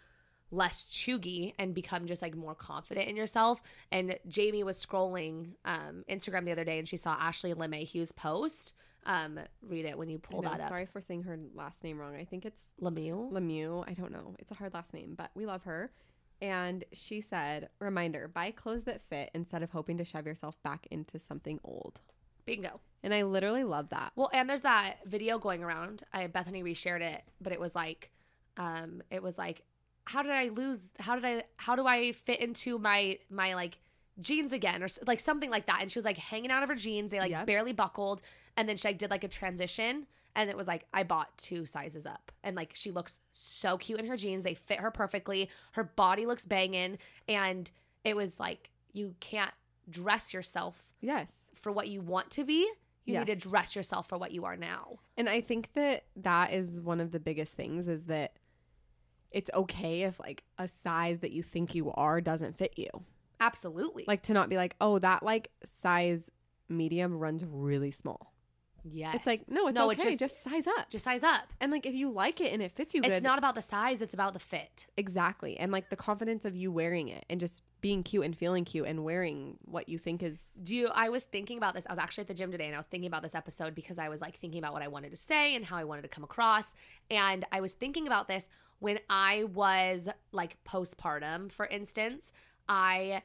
less chuggy and become just like more confident in yourself. And Jamie was scrolling um, Instagram the other day and she saw Ashley LeMahieu's post. Um, read it when you
I
pull
know,
that up.
Sorry for saying her last name wrong. I think it's
Lemieux.
Lemieux. I don't know. It's a hard last name, but we love her. And she said, reminder, buy clothes that fit instead of hoping to shove yourself back into something old.
Bingo.
And I literally love that.
Well, and there's that video going around. I Bethany reshared it, but it was like, um, it was like, how did I lose? How did I? How do I fit into my my like jeans again, or s- like something like that? And she was like hanging out of her jeans. They like
Yep.
barely buckled, and then she like did like a transition, and it was like I bought two sizes up, and like she looks so cute in her jeans. They fit her perfectly. Her body looks banging, and it was like you can't dress yourself
Yes.
for what you want to be. You need
Yes.
to dress yourself for what you are now.
And I think that that is one of the biggest things is that it's okay if like a size that you think you are doesn't fit you.
Absolutely.
Like to not be like, "Oh, that like size medium runs really small."
yes.
It's like, "No, it's
No, it
okay.
just-
just, size up."
just size up.
and like if you like it and it fits you
It's
good.
not about the size, it's about the fit.
exactly. And like the confidence of you wearing it and just being cute and feeling cute and wearing what you think is
Do you, I was thinking about this. I was actually at the gym today and I was thinking about this episode because I was like thinking about what I wanted to say and how I wanted to come across. And I was thinking about this when I was like postpartum, for instance. I,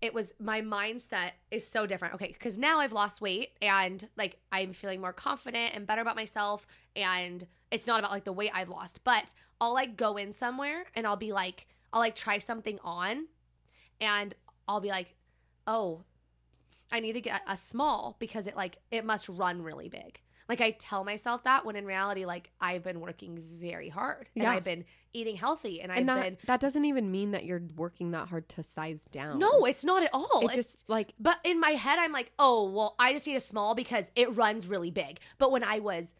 it was my mindset is so different. Okay. Cause now I've lost weight and like I'm feeling more confident and better about myself. And it's not about like the weight I've lost, but I'll like go in somewhere and I'll be like, I'll like try something on and I'll be like, oh, I need to get a small because it like it must run really big. Like I tell myself that when in reality, like I've been working very hard and
Yeah.
I've been eating healthy and,
and
I've
that
been
that doesn't even mean that you're working that hard to size down.
no, it's not at all.
it
It's-
just like
but in my head, I'm like, oh well, I just need a small because it runs really big. But when I was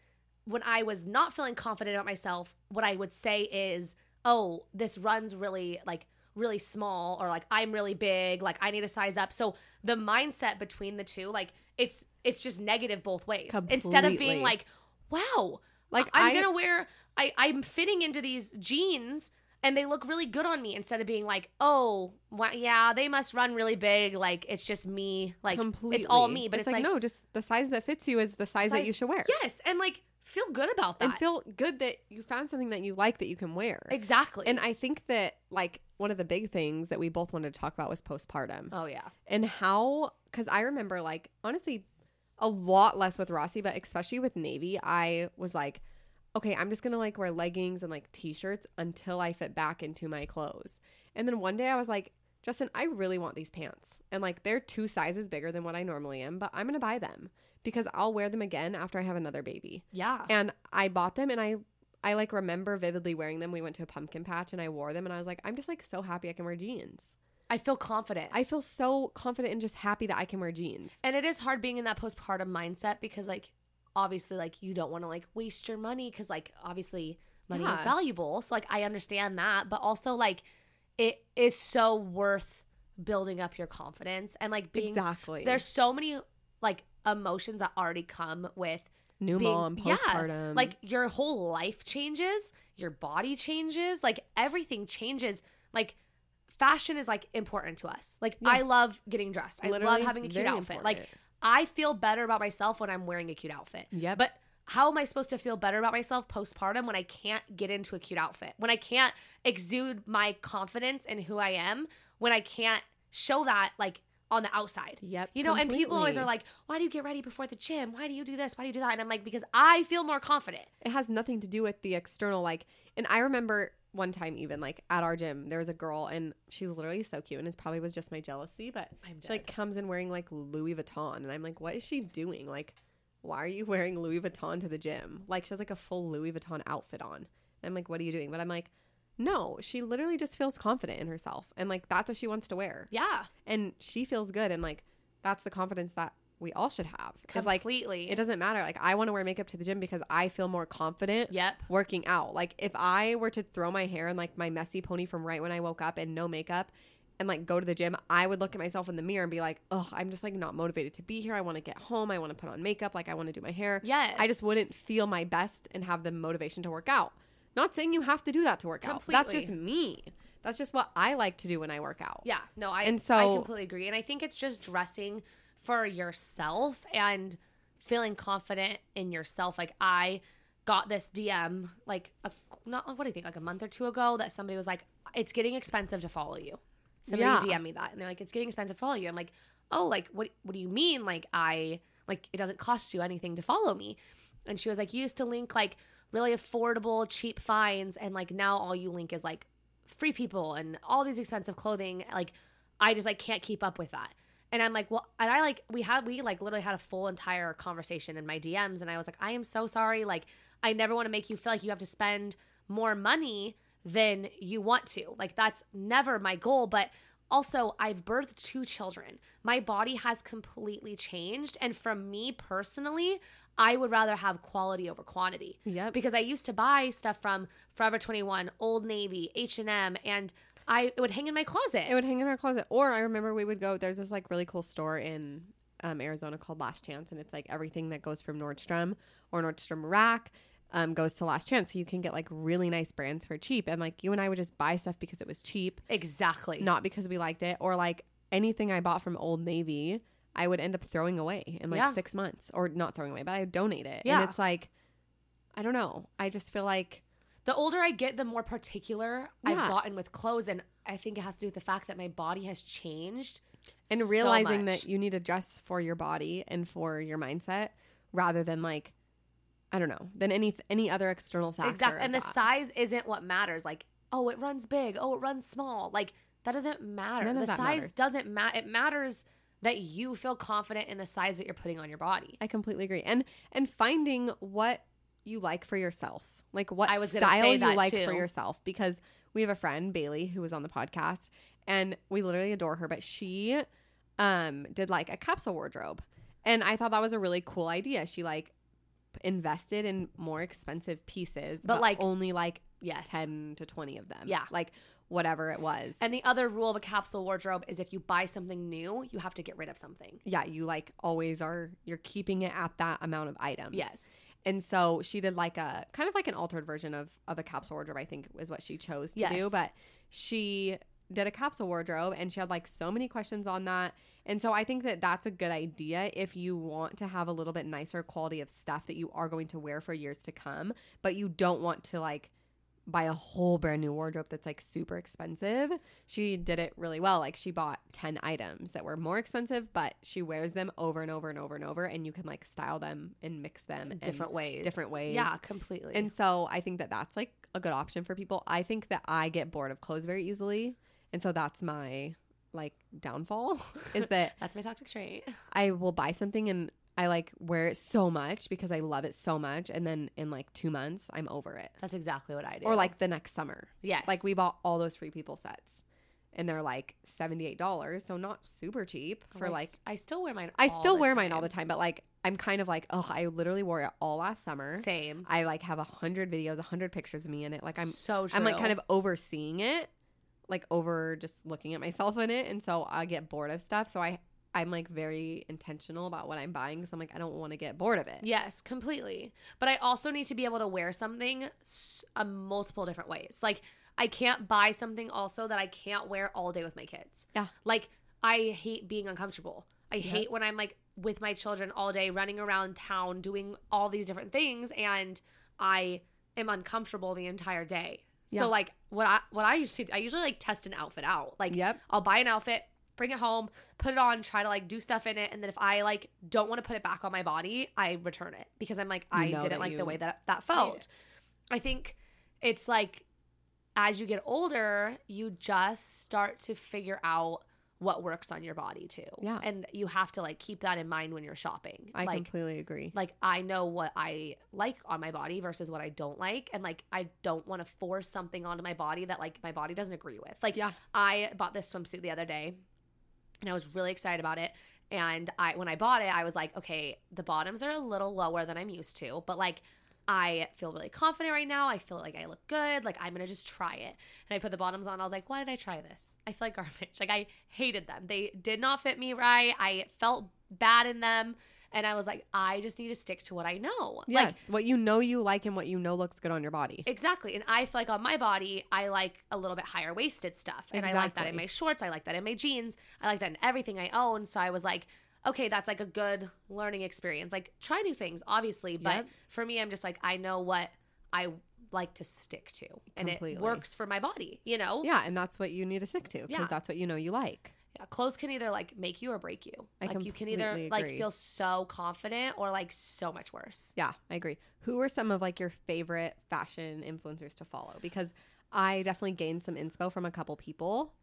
when I was not feeling confident about myself, what I would say is, oh, this runs really like really small or like I'm really big, like I need to size up. So the mindset between the two, like it's it's just negative both ways. Instead of
Completely.
being like, wow,
Like,
like I'm
I-
gonna wear I, I'm fitting into these jeans and they look really good on me instead of being like, oh, wha- yeah, they must run really big. Like it's just me. Like it's all me. But it's, like,
no, just the size that fits you is the size, that you
size-
should wear.
Yes, and like feel good about that.
and feel good that you found something that you like that you can wear.
exactly.
And I think that like one of the big things that we both wanted to talk about was postpartum
oh yeah,
and how because I remember like honestly, a lot less with Rossi, but especially with Navy, I was like, okay, I'm just gonna like wear leggings and like t shirts until I fit back into my clothes. And then one day I was like, Justin, I really want these pants. And like they're two sizes bigger than what I normally am, but I'm gonna buy them because I'll wear them again after I have another baby.
Yeah.
And I bought them and I I like remember vividly wearing them. We went to a pumpkin patch and I wore them and I was like, I'm just like so happy I can wear jeans.
I feel confident.
I feel so confident and just happy that I can wear jeans.
and it is hard being in that postpartum mindset because like obviously like you don't want to like waste your money because like obviously money is
Yeah.
valuable. So like I understand that, but also like it is so worth building up your confidence and like being
exactly.
there's so many like emotions that already come with
new
being-
mom,
yeah,
postpartum.
like your whole life changes, your body changes, like everything changes. Like fashion is like important to us. Like I
Yes.
love getting dressed. I love
Literally
having a cute
very
outfit. Like
important.
I feel better about myself when I'm wearing a cute outfit.
Yep.
But how am I supposed to feel better about myself postpartum when I can't get into a cute outfit? When I can't exude my confidence in who I am? When I can't show that like on the outside?
Yep,
You know, and people always
completely.
are like, why do you get ready before the gym? Why do you do this? Why do you do that? And I'm like, because I feel more confident.
it has nothing to do with the external like and i remember one time even like at our gym there was a girl and she's literally so cute and it probably was just my jealousy but
I'm
she like comes in wearing like louis vuitton and i'm like what is she doing like why are you wearing louis vuitton to the gym like she has like a full louis vuitton outfit on and i'm like what are you doing but i'm like no she literally just feels confident in herself and like that's what she wants to wear
Yeah.
and she feels good and like that's the confidence that we all should have because like
Completely.
it doesn't matter like i want to wear makeup to the gym because i feel more confident
Yep.
working out like if i were to throw my hair in like my messy pony from right when i woke up and no makeup and like go to the gym i would look at myself in the mirror and be like oh i'm just like not motivated to be here i want to get home i want to put on makeup like i want to do my hair
Yes.
i just wouldn't feel my best and have the motivation to work out not saying you have to do that to work out that's just
Completely.
me that's just what i like to do when i work out
Yeah, no, I
And
I
so-
completely agree, and I think it's just dressing for yourself and feeling confident in yourself. Like I got this DM like a, not what do you think like a month or two ago that somebody was like, "It's getting expensive to follow you." Somebody
Yeah.
DM me that, and they're like, "It's getting expensive to follow you." I'm like, "Oh, like what? What do you mean? Like I like it doesn't cost you anything to follow me?" And she was like, "You used to link like really affordable, cheap finds, and like now all you link is like free people and all these expensive clothing like i just like can't keep up with that and i'm like well and i like we had we like literally had a full entire conversation in my dms and i was like i am so sorry like i never want to make you feel like you have to spend more money than you want to like that's never my goal but also i've birthed two children my body has completely changed and from me personally i would rather have quality over quantity
Yep.
because I used to buy stuff from Forever 21, Old Navy, H&M and I it would hang in my closet.
It would hang in our closet. Or I remember we would go. There's this like really cool store in um, Arizona called Last Chance, and it's like everything that goes from Nordstrom or Nordstrom Rack um, goes to Last Chance, so you can get like really nice brands for cheap. And like you and I would just buy stuff because it was cheap,
exactly.
not because we liked it. Or like anything I bought from Old Navy, I would end up throwing away in like
Yeah.
six months, or not throwing away, but I would donate it.
Yeah.
And it's like, I don't know. I just feel like
The older I get, the more particular I've
Yeah.
gotten with clothes and I think it has to do with the fact that my body has changed so
and realizing
much.
that you need to dress for your body and for your mindset rather than like I don't know than any any other external factor.
Exactly.
of
And the
that.
size isn't what matters. Like, oh, it runs big. Oh, it runs small. Like, that doesn't matter.
None of
the
that
size
matters.
doesn't matter. It matters that you feel confident in the size that you're putting on your body.
I completely agree. And and finding what you like for yourself, like what
I was gonna
style
say
you
that
like
too.
for yourself, because we have a friend Bailey who was on the podcast, and we literally adore her. But she um did like a capsule wardrobe, and I thought that was a really cool idea. She like invested in more expensive pieces,
But, like,
only like
Yes.
10 to 20 of them.
Yeah.
Like whatever it was.
And the other rule of a capsule wardrobe is if you buy something new, you have to get rid of something.
yeah, you like always are, you're keeping it at that amount of items.
Yes.
And so she did like a kind of like an altered version of, of a capsule wardrobe, I think is what she chose to
Yes.
do. But she did a capsule wardrobe and she had like so many questions on that. And so I think that that's a good idea if you want to have a little bit nicer quality of stuff that you are going to wear for years to come, but you don't want to like buy a whole brand new wardrobe that's like super expensive. She did it really well. Like she bought 10 items that were more expensive, but she wears them over and over and over and over and you can like style them and mix them in
different ways.
Different ways.
Yeah, completely.
And so I think that that's like a good option for people. I think that I get bored of clothes very easily. And so that's my like downfall is that
that's my toxic trait.
I will buy something and I like wear it so much because I love it so much. And then in like two months, I'm over it.
That's exactly what I do.
Or like the next summer.
yes,
Like we bought all those free people sets and they're like $78. So not super cheap
Oh,
for
I
like,
s- I still wear mine.
I
all
still
the
wear mine all the
time.
time, but like I'm kind of like, oh, I literally wore it all last summer.
Same.
I like have a hundred videos, a hundred pictures of me in it. Like I'm
so true.
I'm like kind of overseeing it, like over just looking at myself in it, and so I get bored of stuff. So I I'm like very intentional about what I'm buying because I'm like I don't want to get bored of it.
Yes, completely. But I also need to be able to wear something s- a multiple different ways. Like I can't buy something also that I can't wear all day with my kids.
Yeah.
Like I hate being uncomfortable. I hate when I'm like with my children all day running around town doing all these different things and I am uncomfortable the entire day.
Yeah.
So like what I what I usually I usually like test an outfit out. Like
Yep.
I'll buy an outfit, bring it home, put it on, try to like do stuff in it, and then if I like don't want to put it back on my body, I return it because I'm like
You
I
know that
didn't like
you-
the way that that felt. I think it's like as you get older, you just start to figure out what works on your body too.
Yeah.
And you have to like keep that in mind when you're shopping.
I
like
completely agree.
like I know what I like on my body versus what I don't like and like I don't want to force something onto my body that like my body doesn't agree with. Like
yeah,
I bought this swimsuit the other day and I was really excited about it. And I when I bought it, I was like, okay, the bottoms are a little lower than I'm used to, but like I feel really confident right now. I feel like I look good. Like I'm gonna just try it. And I put the bottoms on. I was like, why did I try this? I feel like garbage. Like I hated them. They did not fit me right. I felt bad in them. And I was like, I just need to stick to what I know. Like
yes, what you know you like and what you know looks good on your body.
Exactly. And I feel like on my body, I like a little bit higher waisted stuff. And I like that in
Exactly.
my shorts. I like that in my jeans. I like that in everything I own. So I was like, okay, that's like a good learning experience. Like try new things, obviously. But
Yep.
for me, I'm just like, I know what I like to stick to. And
Completely.
it works for my body, you know?
yeah, and that's what you need to stick to because
Yeah.
that's what you know you like.
Yeah, Clothes can either like make you or break you.
I
like you can either
completely
like
agree.
feel so confident or like so much worse.
Yeah, I agree. Who are some of like your favorite fashion influencers to follow? Because I definitely gained some inspo from a couple people,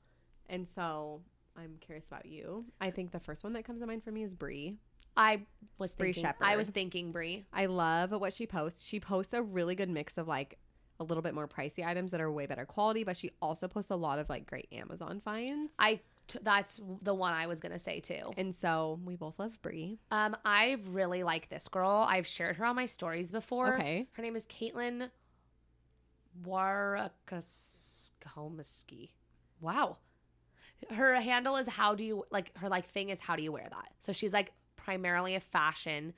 and so I'm curious about you. I think the first one that comes to mind for me is Brie.
I was
Bree
thinking, I was
Shepherd.
thinking, Brie.
I love what she posts. She posts a really good mix of like a little bit more pricey items that are way better quality, but she also posts a lot of like great Amazon finds.
I, t- that's the one I was going to say too.
and so we both love Brie.
Um, I really like this girl. I've shared her on my stories before.
Okay.
Her name is Caitlin Warakaskomiski. Wow. Her handle is how do you like her like thing is how do you wear that? So she's like primarily a fashion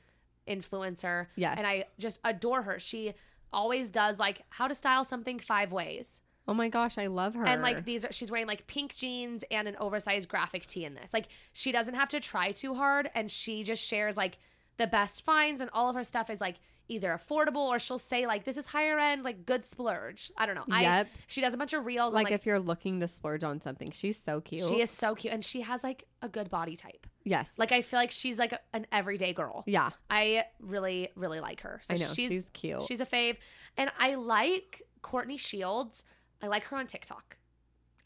influencer.
Yes.
And I just adore her. She always does like how to style something five ways.
Oh my gosh, I love her.
And like these are she's wearing like pink jeans and an oversized graphic tee in this. Like she doesn't have to try too hard and she just shares like the best finds and all of her stuff is like either affordable or she'll say like this is higher end, like good splurge. I don't know.
Yep.
I she does a bunch of reels
like,
like, like
if you're looking to splurge on something, she's so cute.
she is so cute and she has like a good body type.
yes,
Like I feel like she's like a- an everyday girl.
yeah,
I really, really like her. So
I know she's cute.
She's a fave. And I like Courtney Shields. I like her on TikTok.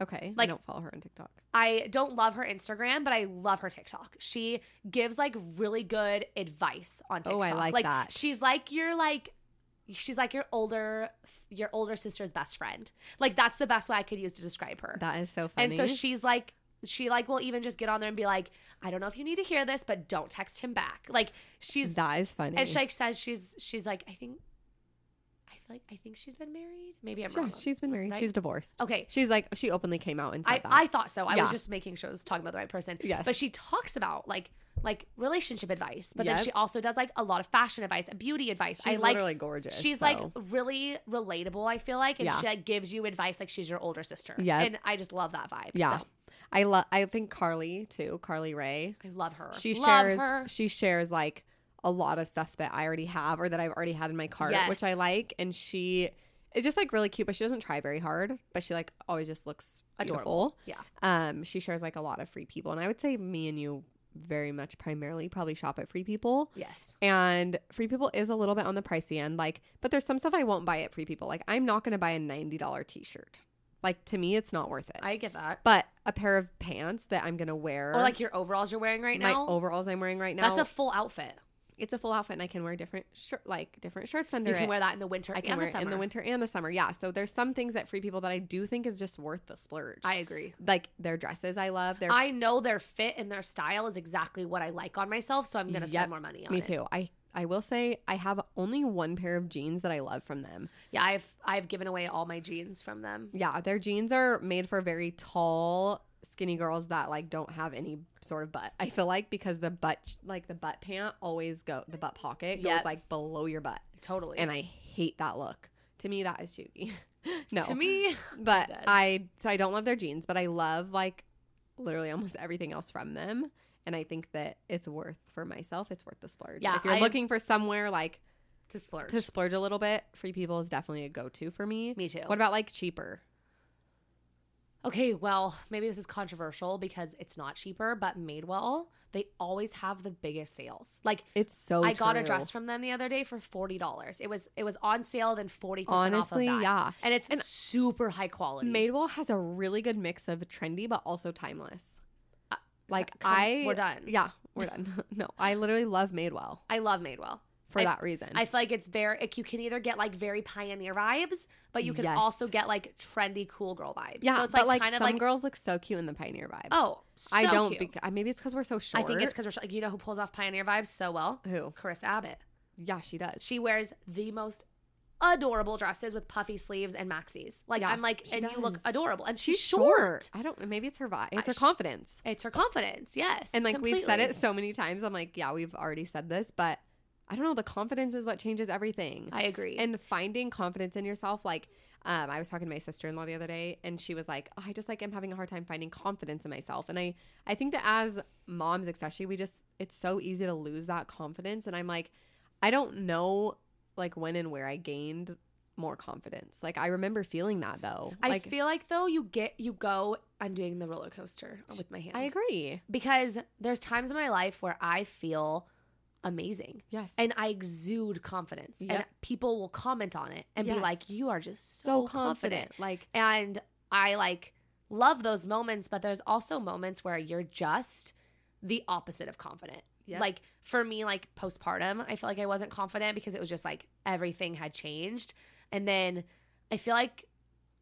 Okay. I
Like-
don't follow her on TikTok.
I don't love her Instagram, but I love her TikTok. She gives like really good advice on TikTok.
Oh, I like that.
She's like your like she's like your older your older sister's best friend. Like that's the best way I could use to describe her.
That is so funny.
and so she's like she like will even just get on there and be like, I don't know if you need to hear this, but don't text him back. Like she's
that is funny.
and she like says she's she's like I think I feel like I think she's been married. Maybe I'm
yeah,
wrong.
she's been married.
right?
She's divorced.
okay.
She's like she openly came out and said
I,
that.
I thought so. I
Yeah.
was just making sure I was talking about the right person.
Yes.
But she talks about like like relationship advice, but
Yep.
then she also does like a lot of fashion advice, beauty advice.
she's
I like
literally gorgeous.
she's
so.
like really relatable. I feel like, and
Yeah.
she like, gives you advice like she's your older sister.
Yep.
and I just love that vibe.
yeah.
so
I love. I think Carly too. Carly Ray.
I love her.
She
love
shares.
her.
She shares like a lot of stuff that I already have or that I've already had in my cart,
Yes.
which I like. And she It's just like really cute, but she doesn't try very hard. But she like always just looks
Adorable.
adorable.
Yeah.
Um, she shares like a lot of free people, and I would say me and you very much primarily probably shop at free people.
Yes.
And Free People is a little bit on the pricey end, like, but there's some stuff I won't buy at Free People. Like, I'm not going to buy a $90 t shirt. Like, to me, it's not worth it.
I get that.
but a pair of pants that I'm going to wear,
Or like your overalls you're wearing right
my
now.
overalls I'm wearing right now.
That's a full outfit.
it's a full outfit, and I can wear different shirt, like different shirts under
You can
it.
wear that in the winter
I can
and
wear
the
it
summer.
in the winter and the summer. Yeah. So there's some things at Free People that I do think is just worth the splurge.
I agree.
like their dresses, I love their
I know their fit and their style is exactly what I like on myself, so I'm gonna
Yep.
spend more money on
Me
it.
too. I I will say I have only one pair of jeans that I love from them.
Yeah, I've I've given away all my jeans from them.
Yeah, their jeans are made for very tall, skinny girls that like don't have any sort of butt. I feel like because the butt, like the butt pant, always go the butt pocket
Yep.
goes like below your butt,
Totally.
and I hate that look. To me, that is juvie. no,
to me
but
Dead.
I so I don't love their jeans, but I love like literally almost everything else from them, and I think that it's worth for myself. It's worth the splurge.
Yeah,
if you're
I-
looking for somewhere like
to splurge.
to splurge a little bit, Free People is definitely a go-to for me.
Me too.
What about like cheaper?
Okay, well, maybe this is controversial because it's not cheaper, but Madewell, they always have the biggest sales. Like
It's so.
I got a
true.
dress from them the other day for forty dollars. It was it was on sale then forty percent off of
Honestly,
that.
yeah.
and it's
And-
super high quality.
Madewell has a really good mix of trendy but also timeless. Like
Uh, come-
I,
we're done.
Yeah, we're done. no, I literally love Madewell
I love Madewell
for
I-
that reason.
I feel like it's very like you can either get like very pioneer vibes, but you can
Yes.
also get like trendy cool girl vibes.
yeah,
so it's
but
like
like
kind of
some
like
girls look so cute in the pioneer vibe.
oh, so
I don't.
cute.
Bec- I- maybe it's because we're so short.
I think it's because we're sh- like, you know who pulls off pioneer vibes so well.
Who?
Chris Abbott.
yeah, she does.
She wears the most adorable dresses with puffy sleeves and maxis. Like
Yeah,
I'm like,
she
and you look
does.
adorable, and she's, short.
I don't. Maybe it's her vibe. It's
I-
her confidence.
It's her confidence, yes.
And like we've said it
completely.
so many times, I'm like, yeah, we've already said this, but I don't know. The confidence is what changes everything.
I agree.
and finding confidence in yourself like um, i was talking to my sister-in-law the other day and she was like oh, i just like am having a hard time finding confidence in myself and i i think that as moms especially we just it's so easy to lose that confidence and i'm like i don't know like when and where i gained more confidence like i remember feeling that though
I
like
feel like though you get you go. I'm doing the roller coaster with my hand.
i agree
because there's times in my life where I feel amazing
yes
and I exude confidence, and
Yep.
people will comment on it and be
Yes.
like, "You are just so,
so
confident.
confident like
and I like love those moments, but there's also moments where you're just the opposite of confident.
Yep.
Like for me, like postpartum, I felt like I wasn't confident because it was just like everything had changed. And then I feel like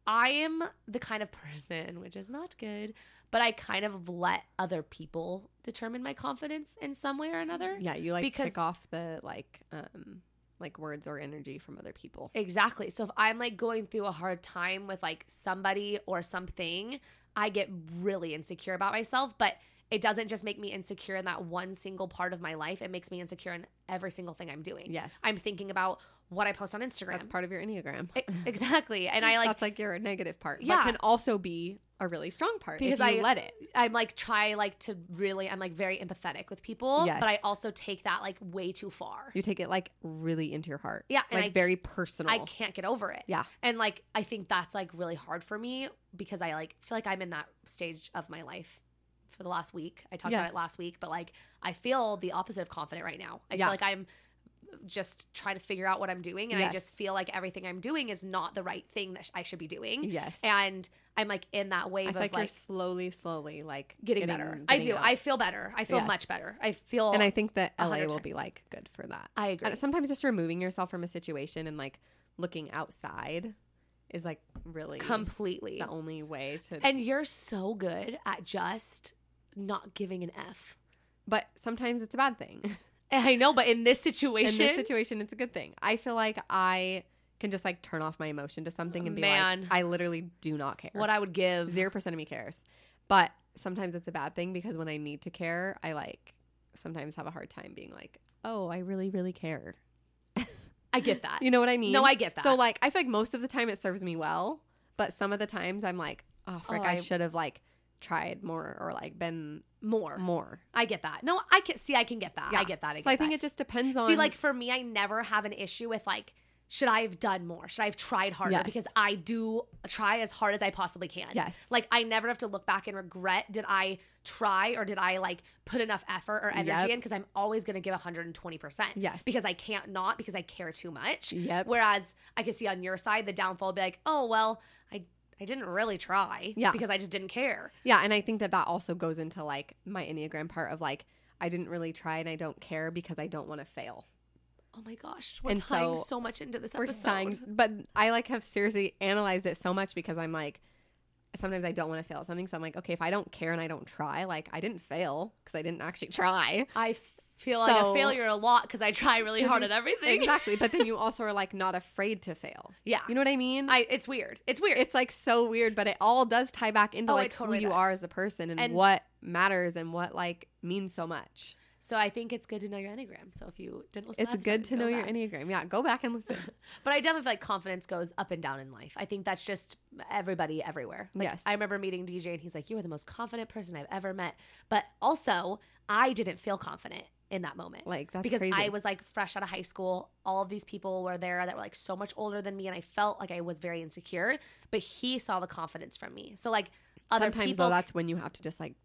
I am the kind of person, which is not good, but I kind of let other people determine my confidence in some way or another.
yeah you like
because-
pick off the like um like words or energy from other people
Exactly. So if I'm like going through a hard time with like somebody or something, I get really insecure about myself, but it doesn't just make me insecure in that one single part of my life. It makes me insecure in every single thing I'm doing.
yes
I'm thinking about what I post on Instagram.
That's part of your Enneagram.
E- exactly. And I like
That's like your negative part.
Yeah.
But can also be a really strong part
Because
if you
I-
let it.
I'm like try like to really I'm like very empathetic with people,
Yes.
but I also take that like way too far.
You take it like really into your heart.
Yeah, and
Like
I-
very personal.
I can't get over it.
Yeah.
And like I think that's like really hard for me because I like feel like I'm in that stage of my life for the last week. I talked about
Yes.
it last week, but like I feel the opposite of confident right now. I
Yeah.
feel like I'm just trying to figure out what I'm doing and I
Yes.
just feel like everything I'm doing is not the right thing that sh- I should be doing.
Yes.
And I'm like in that
I
wave
feel
of
like,
like,
you're slowly, slowly like
getting, better. I
getting
do.
up.
I feel better. I feel
Yes.
much better. I feel
and I think that
a
LA
hundred
will
times.
be like good for that.
I agree.
And sometimes just removing yourself from a situation and like looking outside is like really
completely.
the only way to
And you're so good at just not giving an F.
but sometimes it's a bad thing.
I know, but in this
in
situation,
this situation, it's a good thing. I feel like I can just like turn off my emotion to something and be
Man.
like, I literally do not care.
what I would give.
zero percent of me cares, but sometimes it's a bad thing because when I need to care, I like sometimes have a hard time being like, oh, I really, really care.
I get that.
You know what I mean?
No, I get that.
So like, I feel like most of the time it serves me well, but some of the times I'm like, oh frick,
Oh,
I,
I-
should have like tried more or like been
more.
more.
I get that. No, I can see. I can get that.
Yeah.
I get that. I get
so I think
that.
it just depends on
see, like for me, I never have an issue with like should I have done more? Should I have tried harder?
Yes.
Because I do try as hard as I possibly can.
Yes.
Like I never have to look back and regret did I try or did I like put enough effort or energy
Yep.
in? Because I'm always going to give 120%.
Yes.
Because I can't not because I care too much.
Yep.
Whereas I could see on your side the downfall would be like, oh, well, I, I didn't really try
Yeah.
because I just didn't care.
Yeah, and I think that that also goes into like my Enneagram part of like I didn't really try and I don't care because I don't want to fail.
Oh my gosh. We're
And
tying so,
so
much into this
We're
episode.
sighing, but I like have seriously analyzed it so much because I'm like sometimes I don't want to fail at something so I'm like okay, if I don't care and I don't try, like I didn't fail because I didn't actually try.
I f- feel like a
So-
failure a lot because I try really hard at everything.
Exactly, but then you also are like not afraid to fail.
Yeah.
You know what I mean?
I, it's weird. It's weird.
it's like so weird, but it all does tie back into
Oh, it
like
totally
who you are
does.
as a person and,
And-
what matters and what like means so much.
so I think it's good to know your enneagram. So if you didn't listen,
It's
to that
good
episode,
to
go
know your
back.
enneagram. Yeah, go back and listen.
But I definitely feel like confidence goes up and down in life. I think that's just everybody everywhere. Like,
Yes.
I remember meeting DJ and he's like, "You are the most confident person I've ever met," but also I didn't feel confident in that moment.
Like that's
because
crazy.
I was like fresh out of high school. All of these people were there that were like so much older than me, and I felt like I was very insecure. But he saw the confidence from me. So like other
sometimes
people,
though that's when you have to just like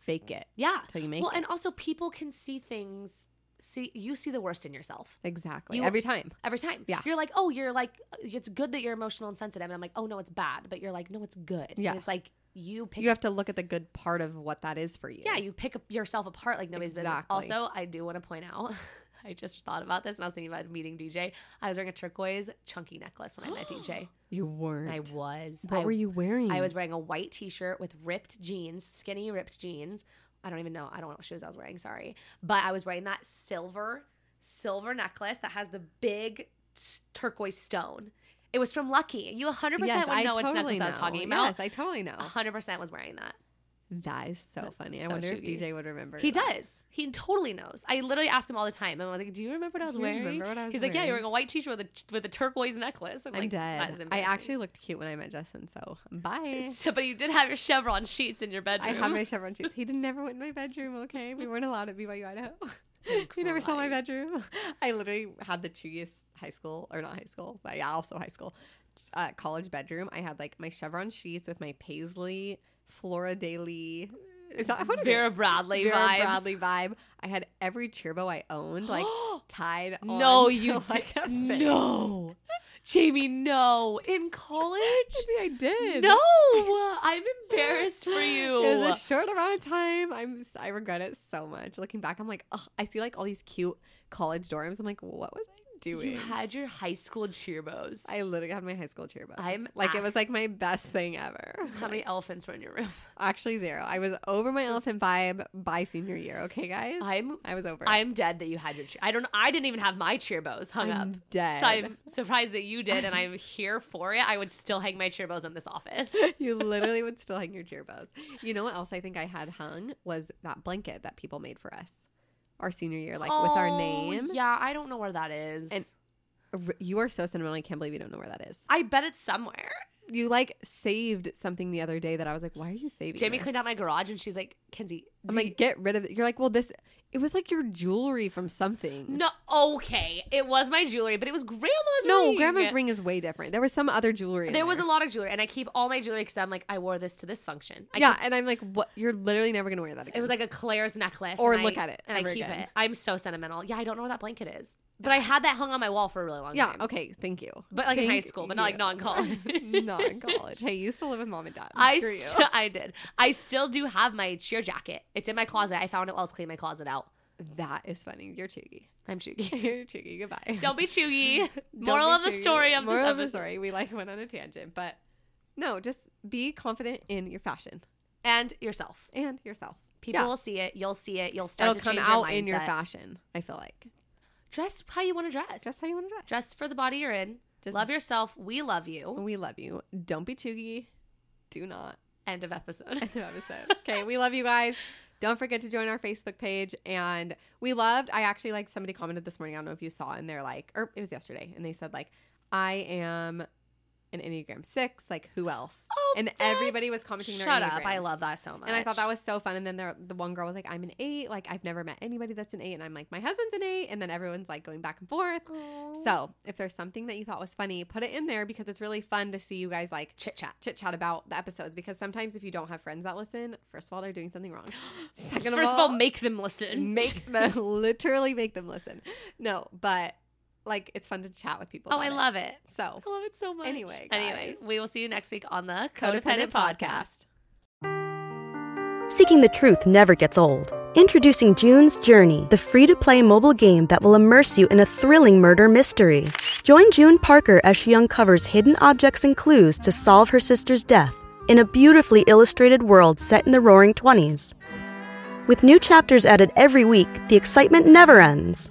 fake it
yeah.
till you make
Well,
it.
and also people can see things. See, you see the worst in yourself.
exactly
you-
every time.
every time.
Yeah.
You're like, oh, you're like, it's good that you're emotional and sensitive. And I'm like, oh, no, it's bad. But you're like, no, it's good. And
Yeah.
it's like, you pick,
You have to look at the good part of what that is for you.
yeah, you pick up yourself apart like nobody's
Exactly.
business. Also, I do want to point out, I just thought about this and I was thinking about meeting DJ. I was wearing a turquoise chunky necklace when I met DJ.
you
And
weren't.
I was.
what
I-
were you wearing?
I was wearing a white t-shirt with ripped jeans, skinny ripped jeans. I don't even know. I don't know what shoes I was wearing. Sorry, but I was wearing that silver silver necklace that has the big s- turquoise stone. It was from Lucky. You 100
Yes,
percent would
I
know which
totally
necklace I was
know.
talking about.
Yes, I totally know.
100 percent was wearing that.
That is so funny. I
So
wonder if
cheeky.
DJ would remember.
He
that.
does. He totally knows. I literally ask him all the time. And I was like, "Do you remember what I was
Do you
wearing?"
remember what I was
He's like, "Yeah, you're
wearing?"
wearing a white t-shirt with a with a turquoise necklace." I'm,
I'm
like, "That is
dead. I
embarrassing."
actually looked cute when I met Justin, so bye.
So, but you did have your chevron sheets in your bedroom.
I have my Chevron sheets. He didn't ever went in my bedroom, okay? We weren't allowed at BYU Idaho. he never saw my
crying.
bedroom. I literally had the chewiest high school, or not high school, but yeah, also high school, uh, college bedroom. I had like my Chevron sheets with my Paisley, Flora Daily. Is that what it
Vera
is?
Bradley
Vera
vibes.
Bradley vibe. I had every cheerbo I owned, like tied on.
No,
to,
you
like a
did.
fence.
No, Jamie, no. In college,
I did.
no. I'm embarrassed for you.
It was a short amount of time. I'm s- I regret it so much. Looking back, I'm like, oh, I see like all these cute college dorms. I'm like, what was I doing?
you had your high school cheerbos.
I literally had my high school cheer bus.
I'm
like,
ac-
it was like my best thing ever.
How many elephants were in your room?
Actually, zero. I was over my elephant vibe by senior year. Okay, guys,
I'm-
I was over. it.
I'm dead that you had your. Cheer- I don't. I didn't even have my cheerbos hung
I'm
up.
dead.
So I'm surprised that you did, and I'm here for it. I would still hang my cheerbos in this office.
you literally would still hang your cheer bus. You know what else I think I had hung was that blanket that people made for us our senior year, like with our
Oh,
name.
Yeah, I don't know where that is.
And- R- You are so sentimental. I can't believe you don't know where that is.
I bet it's somewhere.
you like saved something the other day that I was like, why are you saving?
Jamie
this?
cleaned out my garage, and she's like, "Kenzie,
I'm
do you-
like, get rid of it. You're like, well, this. It was like your jewelry from something.
No, okay. It was my jewelry, but it was grandma's
No,
ring.
grandma's ring is way different. There was some other jewelry. in
There was a
there.
lot of jewelry, and I keep all my jewelry because I'm like, I wore this to this function. I
yeah,
keep-
and I'm like, what? You're literally never gonna wear that again.
it was like a Claire's necklace.
Or
and I-
look at it
And I
ever
keep
again.
it. I'm so sentimental. Yeah, I don't know where that blanket is. But I had that hung on my wall for a really long
yeah,
time.
okay, thank you.
But like in high
Thank
school, but not like
you.
not in college.
not in college. Hey, you still live with mom and dad.
I
Screw you.
st- I did. I still do have my cheer jacket. It's in my closet. I found it while I was cleaning my closet out.
That is funny. You're cheeky.
I'm cheeky.
You're cheeky. Goodbye.
don't be chewy.
Don't
Moral
be
of the
cheeky.
story of
Moral
this
of the
episode.
story. We like went on a tangent, but no, just be confident in your fashion
And yourself.
and yourself.
People
Yeah.
will see it. You'll see it. You'll start
It'll
to
come
change
out
your mindset.
in your fashion. I feel like
dress how you want to dress.
that's how you want to dress.
Dress for the body you're in.
Just-
love yourself. We love you.
We love you. Don't be chuggy. Do not.
End of episode.
End of episode. okay, we love you guys. Don't forget to join our Facebook page. And we loved. I actually like somebody commented this morning. I don't know if you saw, and they're like, or it was yesterday, and they said like, I am an Enneagram Six. Like, who else? and everybody was commenting their
Oh, Shut up! I
Enneagrams.
love that so much.
And I thought that was so fun. And then there, the one girl was like, "I'm an eight. Like I've never met anybody that's an eight. And I'm like, "My husband's an eight. And then everyone's like going back and forth. So if there's something that you thought was funny, put it in there because it's really fun to see you guys like chit chat, chit chat about the episodes. Because sometimes if you don't have friends that listen, first of all, they're doing something wrong. Second
First of all, make them listen.
make them literally make them listen. No, but like it's fun to chat with people.
Oh, I
about
love it.
So
I love it so much.
Anyway,
anyway,
guys.
we will see you next week on the Codependent, Podcast.
Seeking the truth never gets old. Introducing June's Journey, the free to play mobile game that will immerse you in a thrilling murder mystery. Join June Parker as she uncovers hidden objects and clues to solve her sister's death in a beautifully illustrated world set in the roaring 20s. With new chapters added every week, the excitement never ends.